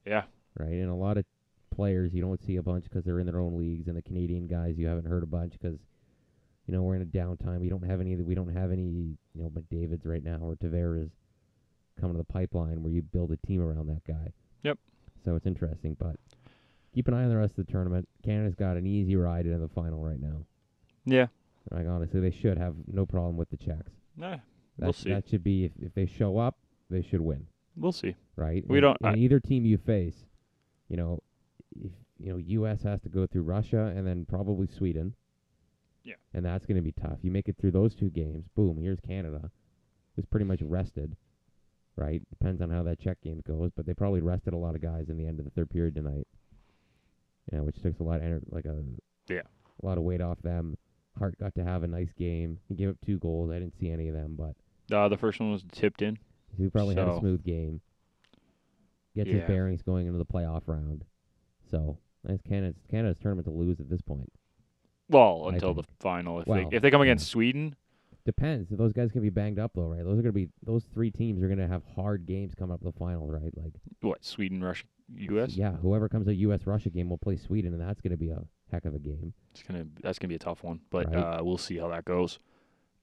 Speaker 1: yeah,
Speaker 2: right? And a lot of players you don't see a bunch because they're in their own leagues, and the Canadian guys you haven't heard a bunch because, you know, we're in a downtime. We don't have any. We don't have any. You know, McDavid's right now or Tavares coming to the pipeline where you build a team around that guy.
Speaker 1: Yep.
Speaker 2: So it's interesting, but keep an eye on the rest of the tournament. Canada's got an easy ride into the final right now.
Speaker 1: yeah,
Speaker 2: Like honestly, they should have no problem with the checks.
Speaker 1: nah,
Speaker 2: That,
Speaker 1: We'll see.
Speaker 2: That should be if, if they show up, they should win
Speaker 1: we'll see.
Speaker 2: right?
Speaker 1: We
Speaker 2: And-
Speaker 1: don't-
Speaker 2: And
Speaker 1: I-
Speaker 2: either team you face, you know, if, you know, U.S. has to go through Russia and then probably Sweden.
Speaker 1: Yeah.
Speaker 2: And that's going to be tough. You make it through those two games, boom. Here's Canada, who's pretty much rested, right? Depends on how that check game goes, but they probably rested a lot of guys in the end of the third period tonight. Yeah, which takes a lot of ener- like a
Speaker 1: Yeah.
Speaker 2: a lot of weight off them. Hart got to have a nice game. He gave up two goals. I didn't see any of them, but
Speaker 1: Uh, the first one was tipped in.
Speaker 2: he probably had
Speaker 1: So-
Speaker 2: a smooth game. Gets
Speaker 1: Yeah.
Speaker 2: his bearings going into the playoff round. So that's Canada's Canada's tournament to lose at this point.
Speaker 1: Well,
Speaker 2: I
Speaker 1: until the final. If
Speaker 2: Well,
Speaker 1: they if they come
Speaker 2: yeah.
Speaker 1: against Sweden,
Speaker 2: Depends. Those guys can be banged up though, right? Those are gonna be those three teams are gonna have hard games come up the final, right? Like
Speaker 1: what Sweden, Russia, U.S.
Speaker 2: yeah, whoever comes to US Russia game will play Sweden and that's gonna be a heck of a game.
Speaker 1: It's gonna that's gonna be a tough one, but
Speaker 2: Right.
Speaker 1: uh, we'll see how that goes.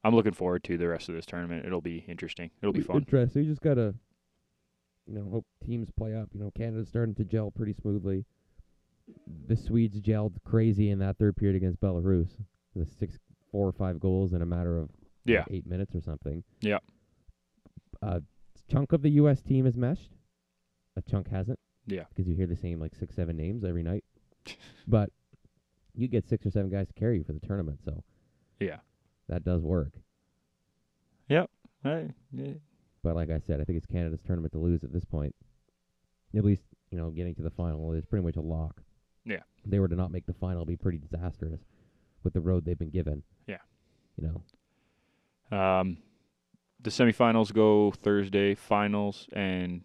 Speaker 1: I'm looking forward to the rest of this tournament. It'll be interesting. It'll be fun.
Speaker 2: Interesting. You just gotta you know, hope teams play up. You know, Canada's starting to gel pretty smoothly. The Swedes gelled crazy in that third period against Belarus. The six four or five goals in a matter of like,
Speaker 1: Yeah,
Speaker 2: eight minutes or something.
Speaker 1: Yeah.
Speaker 2: A chunk of the U.S. team is meshed. A chunk hasn't.
Speaker 1: Yeah.
Speaker 2: Because you hear the same like six, seven names every night. but you get six or seven guys to carry you for the tournament, so
Speaker 1: yeah.
Speaker 2: that does work.
Speaker 1: I- yeah.
Speaker 2: But like I said, I think it's Canada's tournament to lose at this point. At least you know getting to the final is pretty much a lock.
Speaker 1: Yeah.
Speaker 2: If they were to not make the final, it'd be pretty disastrous with the road they've been given.
Speaker 1: Yeah.
Speaker 2: You know.
Speaker 1: Um, the semifinals go Thursday. Finals and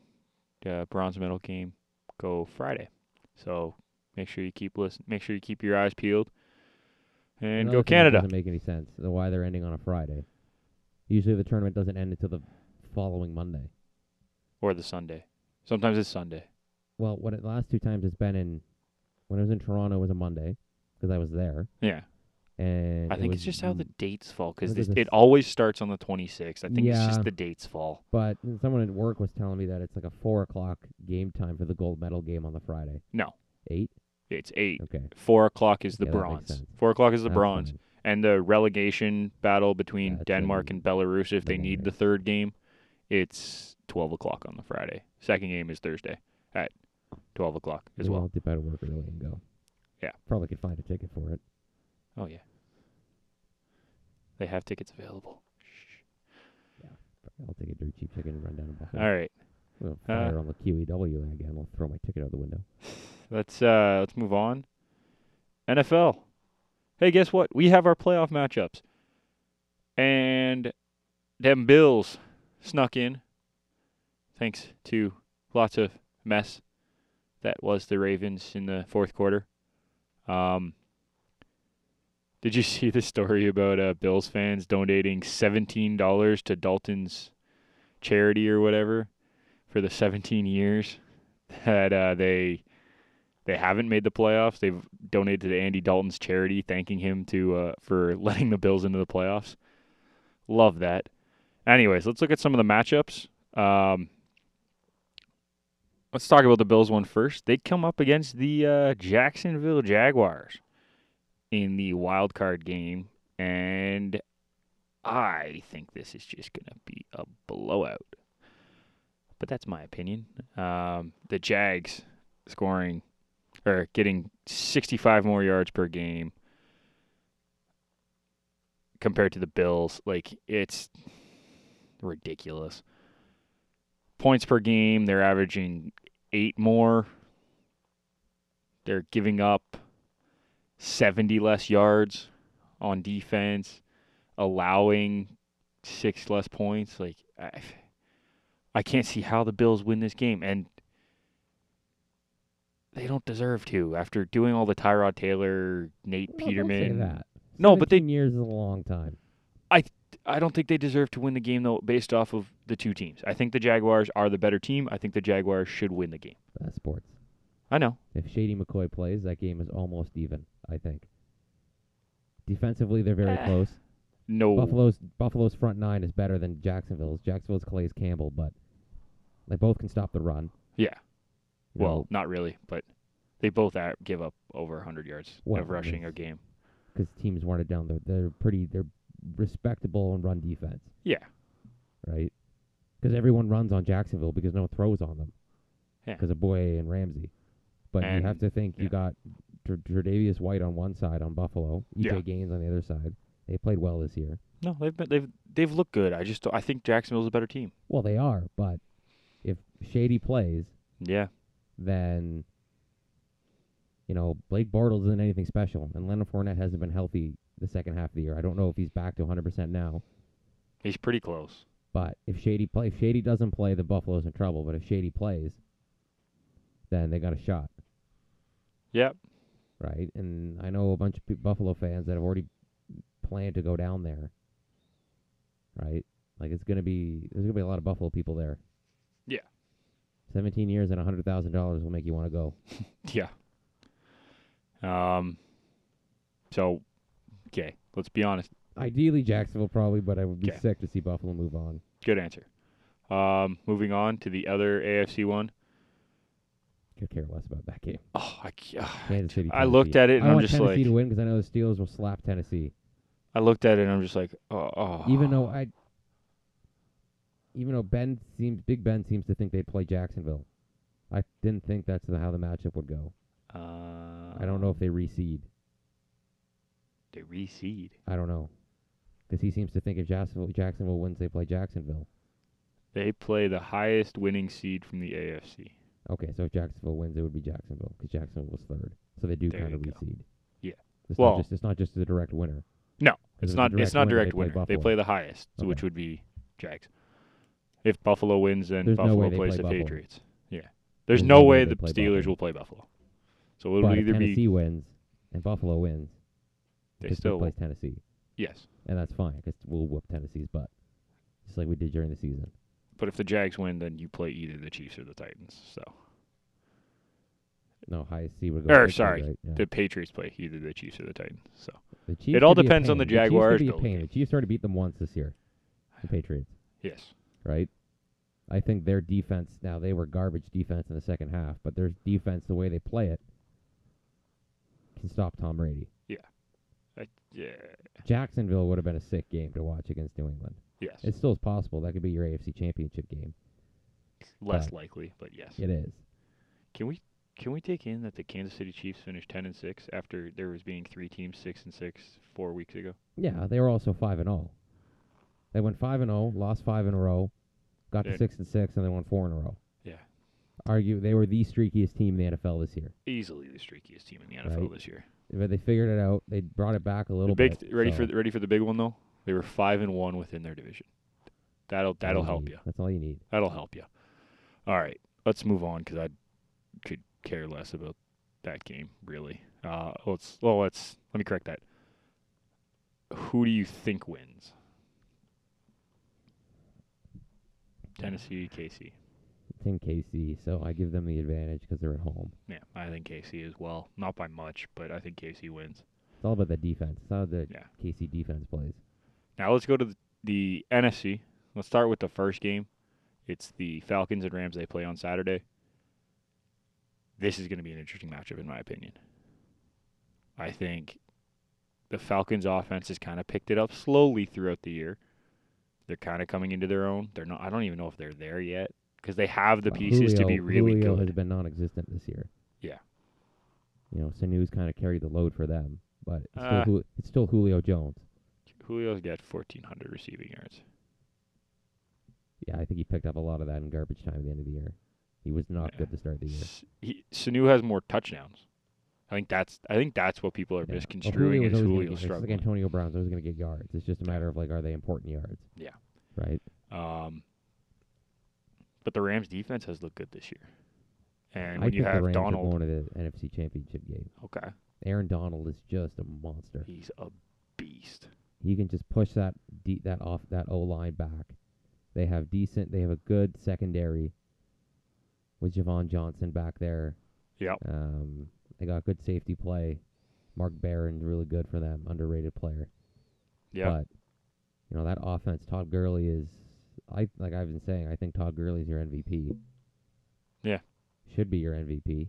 Speaker 1: uh, bronze medal game go Friday. So make sure you keep listen. Make sure you keep your eyes peeled. And go
Speaker 2: Another thing that
Speaker 1: Canada.
Speaker 2: Doesn't make any sense. the Why they're ending on a Friday? Usually the tournament doesn't end until the following Monday.
Speaker 1: or the Sunday. Sometimes it's Sunday.
Speaker 2: Well, what it last two times it's been in when I was in Toronto it was a Monday because I was there,
Speaker 1: Yeah,
Speaker 2: and
Speaker 1: I
Speaker 2: it
Speaker 1: think
Speaker 2: was
Speaker 1: it's just how the dates fall because
Speaker 2: what is
Speaker 1: it
Speaker 2: this?
Speaker 1: always starts on the 26th. I think it's
Speaker 2: Yeah.
Speaker 1: just the dates fall.
Speaker 2: But someone at work was telling me that it's like a four o'clock game time for the gold medal game on the Friday.
Speaker 1: No.
Speaker 2: Eight.
Speaker 1: It's eight.
Speaker 2: Okay.
Speaker 1: Four o'clock is the
Speaker 2: Okay, that makes
Speaker 1: bronze.
Speaker 2: sense.
Speaker 1: Four o'clock is the
Speaker 2: That's
Speaker 1: bronze,
Speaker 2: fine.
Speaker 1: and the relegation battle between
Speaker 2: That's
Speaker 1: Denmark
Speaker 2: in
Speaker 1: and Belarus. If they need
Speaker 2: Belarus.
Speaker 1: the third game, it's twelve o'clock on the Friday. Second game is Thursday at twelve o'clock as
Speaker 2: Maybe I'll
Speaker 1: well.
Speaker 2: dip out of work early and go.
Speaker 1: Yeah.
Speaker 2: Probably could find a ticket for it.
Speaker 1: Oh yeah, they have tickets available.
Speaker 2: I'll take a dirt cheap ticket and run down to Buffalo.
Speaker 1: All right, Uh,
Speaker 2: I'm gonna fire on the QEW again. I'll throw my ticket out the window.
Speaker 1: let's uh let's move on. NFL. Hey, guess what? We have our playoff matchups, and them Bills snuck in. Thanks to lots of mess that was the Ravens in the fourth quarter. Um, did you see the story about uh, Bills fans donating seventeen dollars to Dalton's charity or whatever for the seventeen years that uh, they they haven't made the playoffs. They've donated to Andy Dalton's charity, thanking him to uh, for letting the Bills into the playoffs. Love that. Anyways, let's look at some of the matchups. Um, let's talk about the Bills one first. They come up against the uh, Jacksonville Jaguars in the wild card game, and I think this is just gonna be a blowout. But that's my opinion. Um, the Jags scoring or getting 65 more yards per game compared to the Bills. Like it's ridiculous. points per game. They're averaging eight more. They're giving up 70 less yards on defense, allowing six less points. Like, I, I can't see how the Bills win this game. And they don't deserve to after doing all the Tyrod Taylor, Nate
Speaker 2: No, don't say
Speaker 1: Peterman.
Speaker 2: that.
Speaker 1: No, but they-
Speaker 2: 17 years is a long time.
Speaker 1: I don't think they deserve to win the game though, based off of the two teams. I think the Jaguars are the better team. I think the Jaguars should win the game.
Speaker 2: That's sports.
Speaker 1: I know.
Speaker 2: If Shady McCoy plays, that game is almost even. I think. Defensively, they're very
Speaker 1: Eh.
Speaker 2: close.
Speaker 1: No,
Speaker 2: Buffalo's Buffalo's front nine is better than Jacksonville's. Jacksonville's Calais Campbell, but they both can stop the run.
Speaker 1: Yeah.
Speaker 2: You know,
Speaker 1: well, not really, but they both a- give up over 100 yards
Speaker 2: Well,
Speaker 1: of rushing a
Speaker 2: it's-
Speaker 1: game.
Speaker 2: because teams want it down. They're they're pretty they're respectable in run defense,
Speaker 1: Yeah,
Speaker 2: right? Because everyone runs on Jacksonville because no one throws on them.
Speaker 1: Yeah.
Speaker 2: Because of Boye and Ramsey, but you have
Speaker 1: And-
Speaker 2: to think
Speaker 1: yeah.
Speaker 2: you got Tr- Tre'Davious White on one side on Buffalo, EJ
Speaker 1: Yeah.
Speaker 2: Gaines on the other side. They played well this year.
Speaker 1: no, they've been, they've they've looked good. I just don't- I think Jacksonville's a better team.
Speaker 2: Well, they are, but if Shady plays,
Speaker 1: Yeah,
Speaker 2: then you know Blake Bortles isn't anything special, and Leonard Fournette hasn't been healthy the second half of the year. I don't know if he's back to 100% now,
Speaker 1: he's pretty close.
Speaker 2: but if Shady play, if Shady doesn't play, the Buffalo's in trouble. But if Shady plays, then they got a shot,
Speaker 1: Yep.
Speaker 2: right? And I know a bunch of pe- Buffalo fans that have already planned to go down there, right? Like it's gonna be there's gonna be a lot of Buffalo people there.
Speaker 1: Yeah.
Speaker 2: 17 years and $100,000 will make you want to go.
Speaker 1: Yeah. Um. So, okay, let's be honest.
Speaker 2: Ideally, Jacksonville probably, but I would be
Speaker 1: Okay.
Speaker 2: sick to see Buffalo move on.
Speaker 1: Good answer. Um, moving on to the other AFC one.
Speaker 2: Could care less about that game.
Speaker 1: Oh, I, c-
Speaker 2: Kansas City.
Speaker 1: I looked
Speaker 2: Tennessee.
Speaker 1: at it and
Speaker 2: I
Speaker 1: I'm
Speaker 2: want
Speaker 1: just
Speaker 2: Tennessee
Speaker 1: like-
Speaker 2: to win because I know the Steelers will slap Tennessee.
Speaker 1: I looked at it and I'm just like, oh, oh.
Speaker 2: Even though I, even though Ben seems Big Ben seems to think they'd play Jacksonville, I didn't think that's the- how the matchup would go.
Speaker 1: uh,
Speaker 2: I don't know if they reseed.
Speaker 1: they reseed.
Speaker 2: I don't know, because he seems to think if Jacksonville Jacksonville wins, they play Jacksonville.
Speaker 1: They play the highest winning seed from the AFC.
Speaker 2: Okay, so if Jacksonville wins, it would be Jacksonville because Jacksonville was third. So they do
Speaker 1: There
Speaker 2: kind of
Speaker 1: you go.
Speaker 2: reseed.
Speaker 1: Yeah.
Speaker 2: It's
Speaker 1: Well-
Speaker 2: not just it's not just the direct winner.
Speaker 1: No,
Speaker 2: 'Cause
Speaker 1: it's
Speaker 2: if
Speaker 1: not. It's not direct
Speaker 2: winner.
Speaker 1: winner. They play the highest, so which
Speaker 2: Okay.
Speaker 1: would be Jags. If Buffalo wins, then
Speaker 2: There's no
Speaker 1: Buffalo
Speaker 2: way they
Speaker 1: plays
Speaker 2: play
Speaker 1: the
Speaker 2: Buffalo.
Speaker 1: Patriots. Yeah, there's, no, way
Speaker 2: they
Speaker 1: the
Speaker 2: play
Speaker 1: Steelers
Speaker 2: Buffalo.
Speaker 1: will play Buffalo. So
Speaker 2: Buffalo.
Speaker 1: it'll
Speaker 2: But if
Speaker 1: either
Speaker 2: Tennessee
Speaker 1: be
Speaker 2: wins and Buffalo wins.
Speaker 1: they
Speaker 2: Pittsburgh
Speaker 1: still
Speaker 2: plays Tennessee,
Speaker 1: yes,
Speaker 2: and that's fine because we'll whoop Tennessee's butt, just like we did during the season.
Speaker 1: but if the Jags win, then you play either the Chiefs or the Titans. So
Speaker 2: No, highest seed would go.
Speaker 1: Er,
Speaker 2: to Pittsburgh,
Speaker 1: sorry,
Speaker 2: right? Yeah.
Speaker 1: the Patriots play either the Chiefs or the Titans. So
Speaker 2: The Chiefs
Speaker 1: all
Speaker 2: could be a
Speaker 1: depends on the
Speaker 2: pain. Chiefs could
Speaker 1: Jaguars
Speaker 2: be a
Speaker 1: building
Speaker 2: pain.
Speaker 1: it.
Speaker 2: The Chiefs already beat them once this year. The Patriots,
Speaker 1: yes,
Speaker 2: right? I think their defense. Now they were garbage defense in the second half, but their defense, the way they play it, can stop Tom Brady.
Speaker 1: I, yeah,
Speaker 2: Jacksonville would have been a sick game to watch against New England.
Speaker 1: yes,
Speaker 2: It still is possible. That could be your AFC Championship game.
Speaker 1: less
Speaker 2: but-
Speaker 1: likely, but yes.
Speaker 2: It is.
Speaker 1: Can we can we take in that the Kansas City Chiefs finished ten and six after there was being three teams six and six four weeks ago?
Speaker 2: Yeah, they were also five and zero. They went five and zero, lost five in a row, got to
Speaker 1: Yeah.
Speaker 2: six and six, and they won four in a row.
Speaker 1: Yeah.
Speaker 2: Argue they were the streakiest team in the NFL this year,
Speaker 1: Easily the streakiest team in the NFL
Speaker 2: Right.
Speaker 1: this year.
Speaker 2: but they figured it out. They brought it back a
Speaker 1: The
Speaker 2: little
Speaker 1: big
Speaker 2: bit.
Speaker 1: ready for
Speaker 2: so
Speaker 1: the, ready for the big one though. They were five and one within their division. That'll
Speaker 2: that's
Speaker 1: that'll
Speaker 2: all
Speaker 1: help
Speaker 2: need.
Speaker 1: you.
Speaker 2: That's all you need.
Speaker 1: That'll help you. All right, let's move on because I could care less about that game really. Uh, let's well let's let me correct that. Who do you think wins? Tennessee, KC.
Speaker 2: It's in KC, so I give them the advantage because they're at home.
Speaker 1: Yeah, I think KC as well. Not by much, but I think KC wins.
Speaker 2: It's all about the defense. It's how the
Speaker 1: Yeah.
Speaker 2: KC defense plays.
Speaker 1: Now let's go to the, the NFC. Let's start with the first game. It's the Falcons and Rams. They play on Saturday. This is going to be an interesting matchup, in my opinion. I think the Falcons' offense has kind of picked it up slowly throughout the year. They're kind of coming into their own. They're not. I don't even know if they're there yet because they have the
Speaker 2: But
Speaker 1: pieces to be
Speaker 2: Julio-
Speaker 1: really
Speaker 2: Julio
Speaker 1: good.
Speaker 2: has been non-existent this year.
Speaker 1: Yeah.
Speaker 2: You know, Sanu's kind of carried the load for them, but it's,
Speaker 1: Uh,
Speaker 2: still, Ju- it's still Julio Jones.
Speaker 1: Julio's got 1,400 receiving yards.
Speaker 2: Yeah, I think he picked up a lot of that in garbage time at the end of the year. He was not good to start the uh, year.
Speaker 1: S- he- Sanu has more touchdowns. I think that's I think that's what people are
Speaker 2: Yeah. Well,
Speaker 1: misconstruing is
Speaker 2: was always gonna
Speaker 1: Julio
Speaker 2: get- It's like
Speaker 1: struggling.
Speaker 2: Antonio Brown's always going to get yards. It's just a matter of like, are they important yards?
Speaker 1: Yeah.
Speaker 2: Right.
Speaker 1: Um, but the Rams defense has looked good this year, and
Speaker 2: I
Speaker 1: when
Speaker 2: think
Speaker 1: you
Speaker 2: the
Speaker 1: have
Speaker 2: Rams are
Speaker 1: Donald,
Speaker 2: going to the NFC Championship game.
Speaker 1: okay,
Speaker 2: Aaron Donald is just a monster.
Speaker 1: he's a beast.
Speaker 2: He can just push that deep that off that O line back. They have decent. They have a good secondary with Javon Johnson back there.
Speaker 1: Yep.
Speaker 2: Um, they got good safety play. Mark Barron's really good for them. Underrated player.
Speaker 1: Yeah,
Speaker 2: But you know that offense, Todd Gurley is. I like I've been saying. I think Todd Gurley's your MVP.
Speaker 1: Yeah.
Speaker 2: Should be your MVP.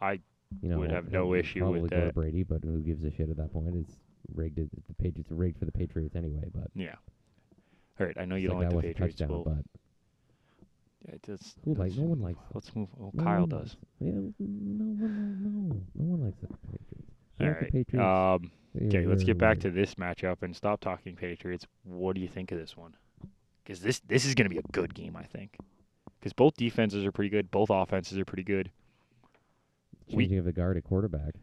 Speaker 1: I
Speaker 2: you know
Speaker 1: would have
Speaker 2: and
Speaker 1: no
Speaker 2: he'd
Speaker 1: issue with
Speaker 2: probably go to
Speaker 1: that.
Speaker 2: Brady, but who gives a shit at that point? It's rigged. It, the Patriots are rigged for the Patriots anyway. But
Speaker 1: yeah. All right, I know you
Speaker 2: it's
Speaker 1: don't
Speaker 2: like
Speaker 1: like the
Speaker 2: that wasn't
Speaker 1: Patriots.
Speaker 2: a touchdown,
Speaker 1: Well,
Speaker 2: but
Speaker 1: yeah, that's,
Speaker 2: who likes?
Speaker 1: that's-
Speaker 2: No one likes. them.
Speaker 1: Let's move. Oh,
Speaker 2: No
Speaker 1: Kyle
Speaker 2: one
Speaker 1: does.
Speaker 2: likes- Yeah, no one, no, no, no one likes the Patriots. I
Speaker 1: All
Speaker 2: like the Patriots.
Speaker 1: right. Um,
Speaker 2: They're-
Speaker 1: Okay, let's
Speaker 2: they're
Speaker 1: get back
Speaker 2: weird.
Speaker 1: to this matchup and stop talking Patriots. What do you think of this one? Because this this is going to be a good game, I think. Because both defenses are pretty good, both offenses are pretty good. we-
Speaker 2: changing of the guard at quarterback.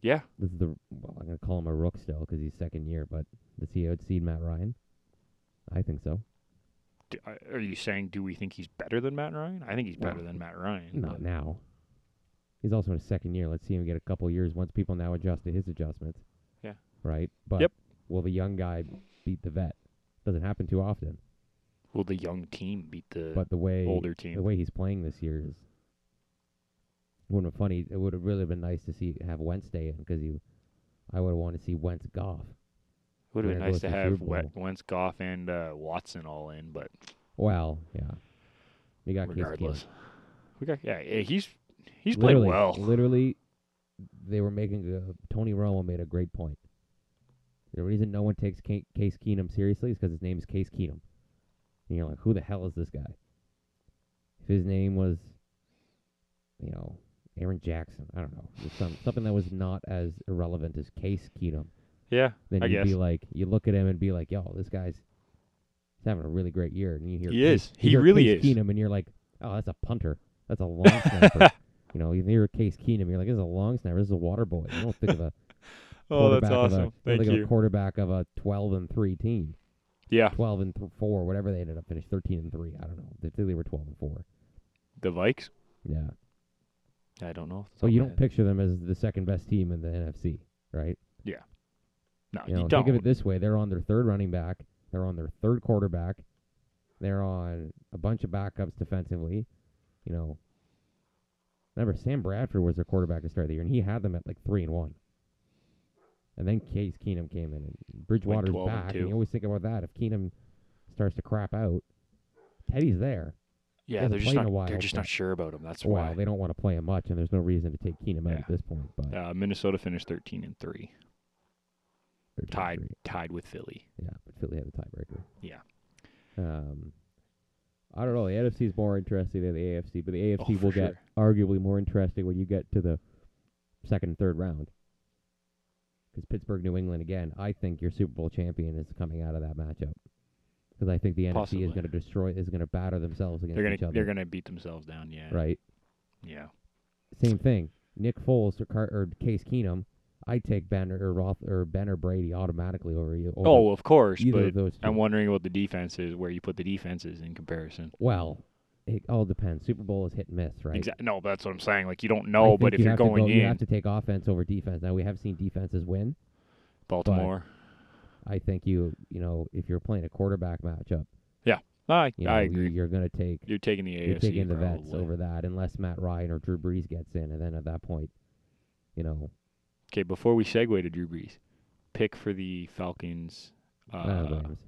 Speaker 1: Yeah,
Speaker 2: This is the well, I'm gonna call him a rook still because he's second year, but does he outseed Matt Ryan? I think so.
Speaker 1: D- I- are you saying do we think he's better than Matt Ryan? I think he's
Speaker 2: No.
Speaker 1: better than Matt Ryan.
Speaker 2: Not
Speaker 1: but-
Speaker 2: now. He's also in his second year. Let's see him get a couple years once people now adjust to his adjustments.
Speaker 1: Yeah.
Speaker 2: Right. But
Speaker 1: Yep.
Speaker 2: will the young guy beat the vet? Doesn't happen too often.
Speaker 1: Will the young team beat the
Speaker 2: But the way
Speaker 1: older
Speaker 2: the
Speaker 1: team?
Speaker 2: way he's playing this year is wouldn't have funny. It would have really been nice to see have Wentz stay in because you, I would have wanted to see Wentz Goff
Speaker 1: Would have been
Speaker 2: They're
Speaker 1: nice to
Speaker 2: gonna go to the
Speaker 1: have
Speaker 2: Super
Speaker 1: Wet- Wentz, Goff, and uh, Watson all in, but
Speaker 2: Well, yeah. We got Case Keenum.
Speaker 1: regardless, we got yeah. eh, He's he's played
Speaker 2: literally,
Speaker 1: well.
Speaker 2: Literally, they were making a, Tony Romo made a great point. The reason no one takes Ca- Case Keenum seriously is because his name is Case Keenum. And you're like, who the hell is this guy? If his name was, you know, Aaron Jackson, I don't know, just some, something that was not as irrelevant as Case Keenum,
Speaker 1: Yeah,
Speaker 2: then
Speaker 1: I
Speaker 2: you'd
Speaker 1: guess
Speaker 2: be like, you look at him and be like, yo, this guy's he's having a really great year. And you hear
Speaker 1: He
Speaker 2: Case-
Speaker 1: is.
Speaker 2: you
Speaker 1: He
Speaker 2: hear
Speaker 1: really
Speaker 2: Case
Speaker 1: is.
Speaker 2: Keenum, and you're like, oh, that's a punter. That's a long snapper. you know, you hear Case Keenum, you're like, this is a long snapper. This is a water boy. You don't think of a
Speaker 1: Oh,
Speaker 2: quarterback
Speaker 1: that's
Speaker 2: Of a,
Speaker 1: awesome.
Speaker 2: you don't
Speaker 1: Thank
Speaker 2: think of
Speaker 1: you.
Speaker 2: a quarterback of a 12 and three team,
Speaker 1: Yeah,
Speaker 2: 12 and th- four, whatever they ended up finished, 13 and three. I don't know. They think they were 12 and four.
Speaker 1: the Vikes.
Speaker 2: Yeah.
Speaker 1: I don't know. off the
Speaker 2: So
Speaker 1: top
Speaker 2: Oh, you
Speaker 1: of my
Speaker 2: don't
Speaker 1: head.
Speaker 2: picture them as the second best team in the NFC, right?
Speaker 1: No,
Speaker 2: You know,
Speaker 1: Uh, you
Speaker 2: think of it
Speaker 1: don't.
Speaker 2: this way: they're on their third running back, they're on their third quarterback, they're on a bunch of backups defensively. You know, remember Sam Bradford was their quarterback to start the year, and he had them at like three and one. And then Case Keenum came in, and Bridgewater's
Speaker 1: 12 and
Speaker 2: back.
Speaker 1: two.
Speaker 2: you always think about that: if Keenum starts to crap out, Teddy's there.
Speaker 1: Yeah,
Speaker 2: hasn't
Speaker 1: they're just
Speaker 2: played in
Speaker 1: not.
Speaker 2: a while,
Speaker 1: they're just
Speaker 2: but-
Speaker 1: not sure about him. That's
Speaker 2: Wow,
Speaker 1: why.
Speaker 2: they don't want to play him much, and there's no reason to take Keenum out
Speaker 1: Yeah.
Speaker 2: at this point. But
Speaker 1: Uh, Minnesota finished 13 and three,
Speaker 2: they're
Speaker 1: tied
Speaker 2: three.
Speaker 1: tied with Philly.
Speaker 2: Yeah, but Philly had the tiebreaker.
Speaker 1: Yeah.
Speaker 2: Um, I don't know. The NFC is more interesting than the AFC, but the
Speaker 1: Oh,
Speaker 2: AFC
Speaker 1: for
Speaker 2: will get
Speaker 1: sure.
Speaker 2: arguably more interesting when you get to the second and third round. Because Pittsburgh, New England, again, I think your Super Bowl champion is coming out of that matchup. Because I think the NFC
Speaker 1: Possibly.
Speaker 2: is going to destroy, is going to batter themselves against
Speaker 1: They're gonna
Speaker 2: each other.
Speaker 1: they're gonna beat themselves down. Yeah.
Speaker 2: right.
Speaker 1: Yeah.
Speaker 2: Same thing. Nick Foles or, Car- or Case Keenum. I take Ben or Roth or Ben or Brady automatically over you. Over
Speaker 1: Oh, well, of course,
Speaker 2: either
Speaker 1: but
Speaker 2: of those. 2
Speaker 1: I'm wondering what the defense is, where you put the defenses in comparison.
Speaker 2: Well, it all depends. Super Bowl is hit and miss, right?
Speaker 1: Exactly. No, but that's what I'm saying. Like you don't
Speaker 2: I
Speaker 1: know,
Speaker 2: think
Speaker 1: oh, but if
Speaker 2: you
Speaker 1: you're
Speaker 2: have to
Speaker 1: going
Speaker 2: go- you
Speaker 1: in
Speaker 2: have to take offense over defense. Now we have seen defenses win.
Speaker 1: Baltimore,
Speaker 2: I think you, you know, if you're playing a quarterback matchup,
Speaker 1: No, I,
Speaker 2: you know,
Speaker 1: I
Speaker 2: you-
Speaker 1: agree.
Speaker 2: you're going to take
Speaker 1: You're taking the AFC.
Speaker 2: you're taking the
Speaker 1: probably.
Speaker 2: vets over that, unless Matt Ryan or Drew Brees gets in, and then at that point, you know,
Speaker 1: Okay, before we segue to Drew Brees, pick for the Falcons. Uh,
Speaker 2: uh, Rams.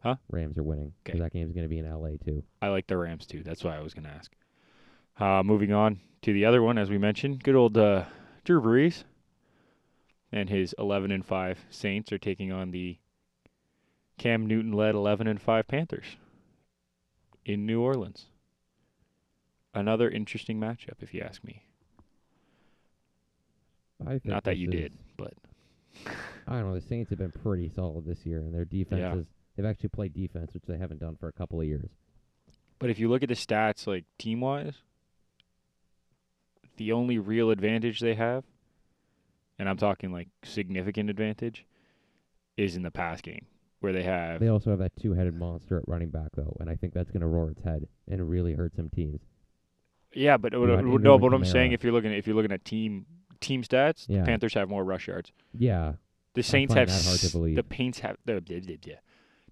Speaker 1: huh?
Speaker 2: Rams are winning 'cause
Speaker 1: 'Kay.
Speaker 2: that game's going to be in LA too.
Speaker 1: I like the Rams too. That's why I was going to ask. Uh, moving on to the other one, as we mentioned, good old uh, Drew Brees and his 11 and 5 Saints are taking on the Cam Newton led 11 and 5 Panthers in New Orleans. Another interesting matchup, if you ask me.
Speaker 2: I think
Speaker 1: Not that
Speaker 2: this
Speaker 1: you
Speaker 2: is-
Speaker 1: did, but
Speaker 2: I don't know. The Saints have been pretty solid this year, and their defense
Speaker 1: Yeah.
Speaker 2: is They've actually played defense, which they haven't done for a couple of years.
Speaker 1: But if you look at the stats, like team wise, the only real advantage they have, and I'm talking like significant advantage, is in the pass game where they have.
Speaker 2: They also have that two-headed monster at running back, though, and I think that's going to roar its head and really hurt some teams.
Speaker 1: yeah, but
Speaker 2: You got
Speaker 1: no, no,
Speaker 2: Ingram
Speaker 1: but what I'm
Speaker 2: and
Speaker 1: saying
Speaker 2: Kamara.
Speaker 1: if you're looking if you're looking at team team stats,
Speaker 2: Yeah.
Speaker 1: the Panthers have more rush yards.
Speaker 2: Yeah,
Speaker 1: The Saints
Speaker 2: find
Speaker 1: have
Speaker 2: that hard to
Speaker 1: s- the
Speaker 2: believe.
Speaker 1: Paints have the the- the- the-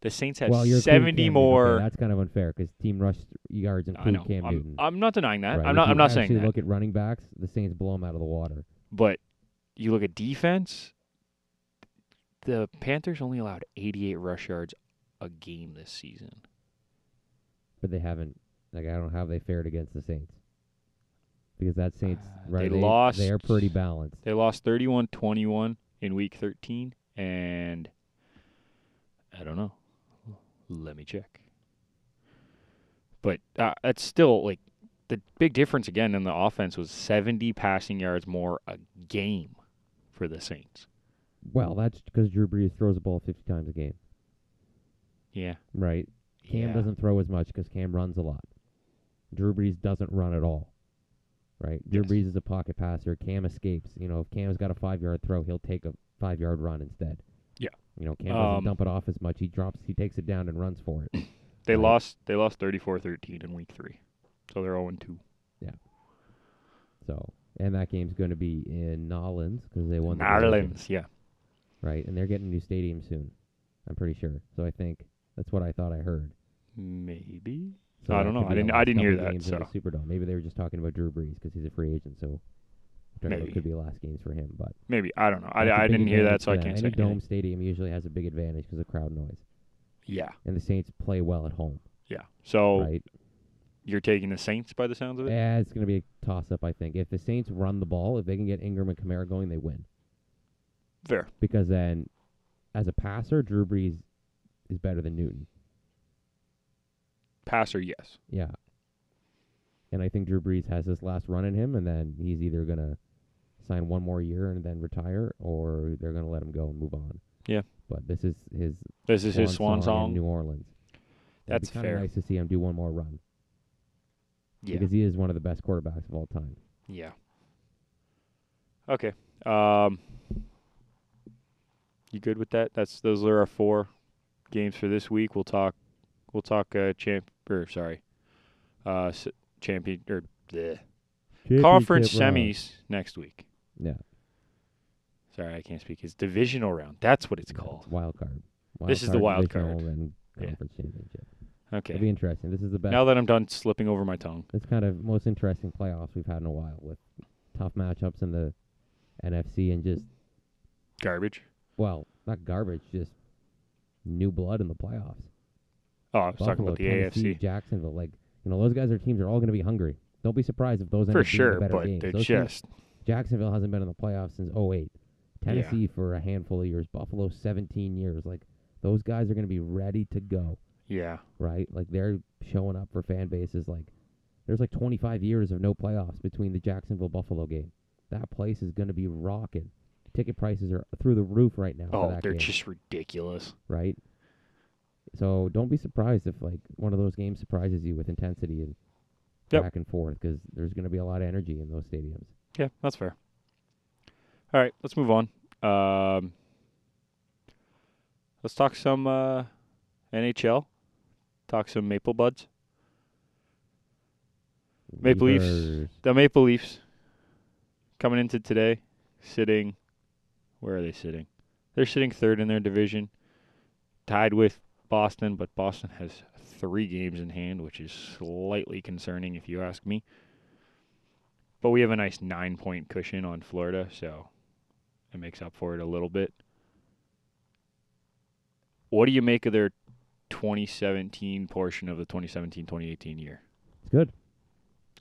Speaker 1: the Saints have
Speaker 2: well, your
Speaker 1: seventy more.
Speaker 2: that's kind of unfair because team rushed yards
Speaker 1: I
Speaker 2: include
Speaker 1: know.
Speaker 2: Cam
Speaker 1: I'm,
Speaker 2: Newton.
Speaker 1: I'm not denying that.
Speaker 2: right?
Speaker 1: I'm
Speaker 2: If
Speaker 1: not.
Speaker 2: you
Speaker 1: I'm not saying
Speaker 2: actually
Speaker 1: that.
Speaker 2: look at running backs, the Saints blow them out of the water.
Speaker 1: But you look at defense, the Panthers only allowed 88 rush yards a game this season.
Speaker 2: but they haven't. Like I don't know how they fared against the Saints because that Saints
Speaker 1: Uh,
Speaker 2: right
Speaker 1: they
Speaker 2: they,
Speaker 1: lost-
Speaker 2: They are pretty balanced.
Speaker 1: They lost 31 21 in week 13, and I don't know. Let me check. But uh, that's still like the big difference again in the offense was 70 passing yards more a game for the Saints.
Speaker 2: Well, that's because Drew Brees throws the ball fifty times a game,
Speaker 1: Yeah.
Speaker 2: right? Cam
Speaker 1: yeah.
Speaker 2: doesn't throw as much because Cam runs a lot. Drew Brees doesn't run at all, right? Drew
Speaker 1: Yes.
Speaker 2: Brees is a pocket passer. Cam escapes. You know, if Cam's got a five yard throw, he'll take a five yard run instead.
Speaker 1: Yeah.
Speaker 2: You know, Cam doesn't
Speaker 1: Um,
Speaker 2: dump it off as much. He drops. He takes it down and runs for it.
Speaker 1: They
Speaker 2: Right.
Speaker 1: lost. They lost 34-13 in week three, so they're 0 2.
Speaker 2: so, and that game's going to be in Nolans because they won. the division.
Speaker 1: Marlins, yeah.
Speaker 2: right? And they're getting a new stadium soon. I'm pretty sure. So I think that's what I thought I heard.
Speaker 1: Maybe.
Speaker 2: So
Speaker 1: I
Speaker 2: that
Speaker 1: don't know.
Speaker 2: could
Speaker 1: I
Speaker 2: be the
Speaker 1: didn't- I
Speaker 2: last
Speaker 1: didn't hear
Speaker 2: couple
Speaker 1: that,
Speaker 2: games in the
Speaker 1: so.
Speaker 2: Superdome. Maybe they were just talking about Drew Brees because he's a free agent. So I don't know,
Speaker 1: Maybe.
Speaker 2: it could be the last games for him. But
Speaker 1: Maybe. I don't know. I,
Speaker 2: that's a
Speaker 1: I
Speaker 2: big
Speaker 1: didn't hear that,
Speaker 2: advantage
Speaker 1: so
Speaker 2: for
Speaker 1: I
Speaker 2: them.
Speaker 1: can't
Speaker 2: Any
Speaker 1: say
Speaker 2: dome
Speaker 1: anything.
Speaker 2: stadium usually has a big advantage because of crowd noise,
Speaker 1: Yeah.
Speaker 2: and the Saints play well at home,
Speaker 1: Yeah. So
Speaker 2: right?
Speaker 1: you're taking the Saints by the sounds of it?
Speaker 2: Yeah, it's going to be a toss up. I think if the Saints run the ball, if they can get Ingram and Kamara going, they win
Speaker 1: Fair.
Speaker 2: because then, as a passer, Drew Brees is better than Newton.
Speaker 1: Passer, yes.
Speaker 2: Yeah. And I think Drew Brees has this last run in him, and then he's either going to sign one more year and then retire, or they're going to let him go and move on.
Speaker 1: Yeah.
Speaker 2: But this is his
Speaker 1: This is his swan
Speaker 2: in
Speaker 1: song.
Speaker 2: New Orleans. That'd
Speaker 1: That's
Speaker 2: be kinda
Speaker 1: fair.
Speaker 2: nice to see him do one more run
Speaker 1: yeah.
Speaker 2: because he is one of the best quarterbacks of all time.
Speaker 1: Yeah. Okay. Um You good with that? That's those are our four games for this week. We'll talk we'll talk uh champ or sorry. Uh s- champion or the conference semis next week.
Speaker 2: Yeah.
Speaker 1: Sorry, I can't speak. It's divisional round. That's what it's
Speaker 2: yeah,
Speaker 1: called.
Speaker 2: wild card. Wild
Speaker 1: This is the wild
Speaker 2: divisional, And
Speaker 1: Yeah.
Speaker 2: conference championship. It'll be
Speaker 1: Okay.
Speaker 2: interesting. This is the best.
Speaker 1: Now that I'm done slipping over my tongue.
Speaker 2: It's kind of most interesting playoffs we've had in a while with tough matchups in the NFC and just
Speaker 1: Garbage.
Speaker 2: well, not garbage, just new blood in the playoffs.
Speaker 1: Oh, I was talking about the
Speaker 2: Tennessee,
Speaker 1: AFC.
Speaker 2: Jacksonville. Like you know, those guys, their teams are all going to be hungry. Don't be surprised if those end
Speaker 1: For
Speaker 2: up being the
Speaker 1: sure,
Speaker 2: better
Speaker 1: but
Speaker 2: games.
Speaker 1: they
Speaker 2: Those teams-
Speaker 1: just
Speaker 2: Jacksonville hasn't been in the playoffs since 08.
Speaker 1: Yeah.
Speaker 2: Tennessee for a handful of years. Buffalo 17 years. Like those guys are going to be ready to go,
Speaker 1: yeah.
Speaker 2: right? Like they're showing up for fan bases. Like there's like 25 years of no playoffs between the Jacksonville Buffalo game. That place is going to be rocking. Ticket prices are through the roof right now. for
Speaker 1: Oh,
Speaker 2: that
Speaker 1: they're
Speaker 2: game
Speaker 1: just ridiculous.
Speaker 2: right? So don't be surprised if like one of those games surprises you with intensity and
Speaker 1: Yep.
Speaker 2: back and forth because there's going to be a lot of energy in those stadiums.
Speaker 1: Yeah, that's fair. All right, let's move on. Um, let's talk some uh, NHL. Talk some Maple Buds. Maple Leafs.
Speaker 2: Leafers,
Speaker 1: The Maple Leafs coming into today, sitting. Where are they sitting? They're sitting third in their division, tied with Boston, but Boston has three games in hand, which is slightly concerning if you ask me. But we have a nice nine point cushion on Florida, so it makes up for it a little bit. What do you make of their 2017 portion of the 2017 2018 year?
Speaker 2: It's good.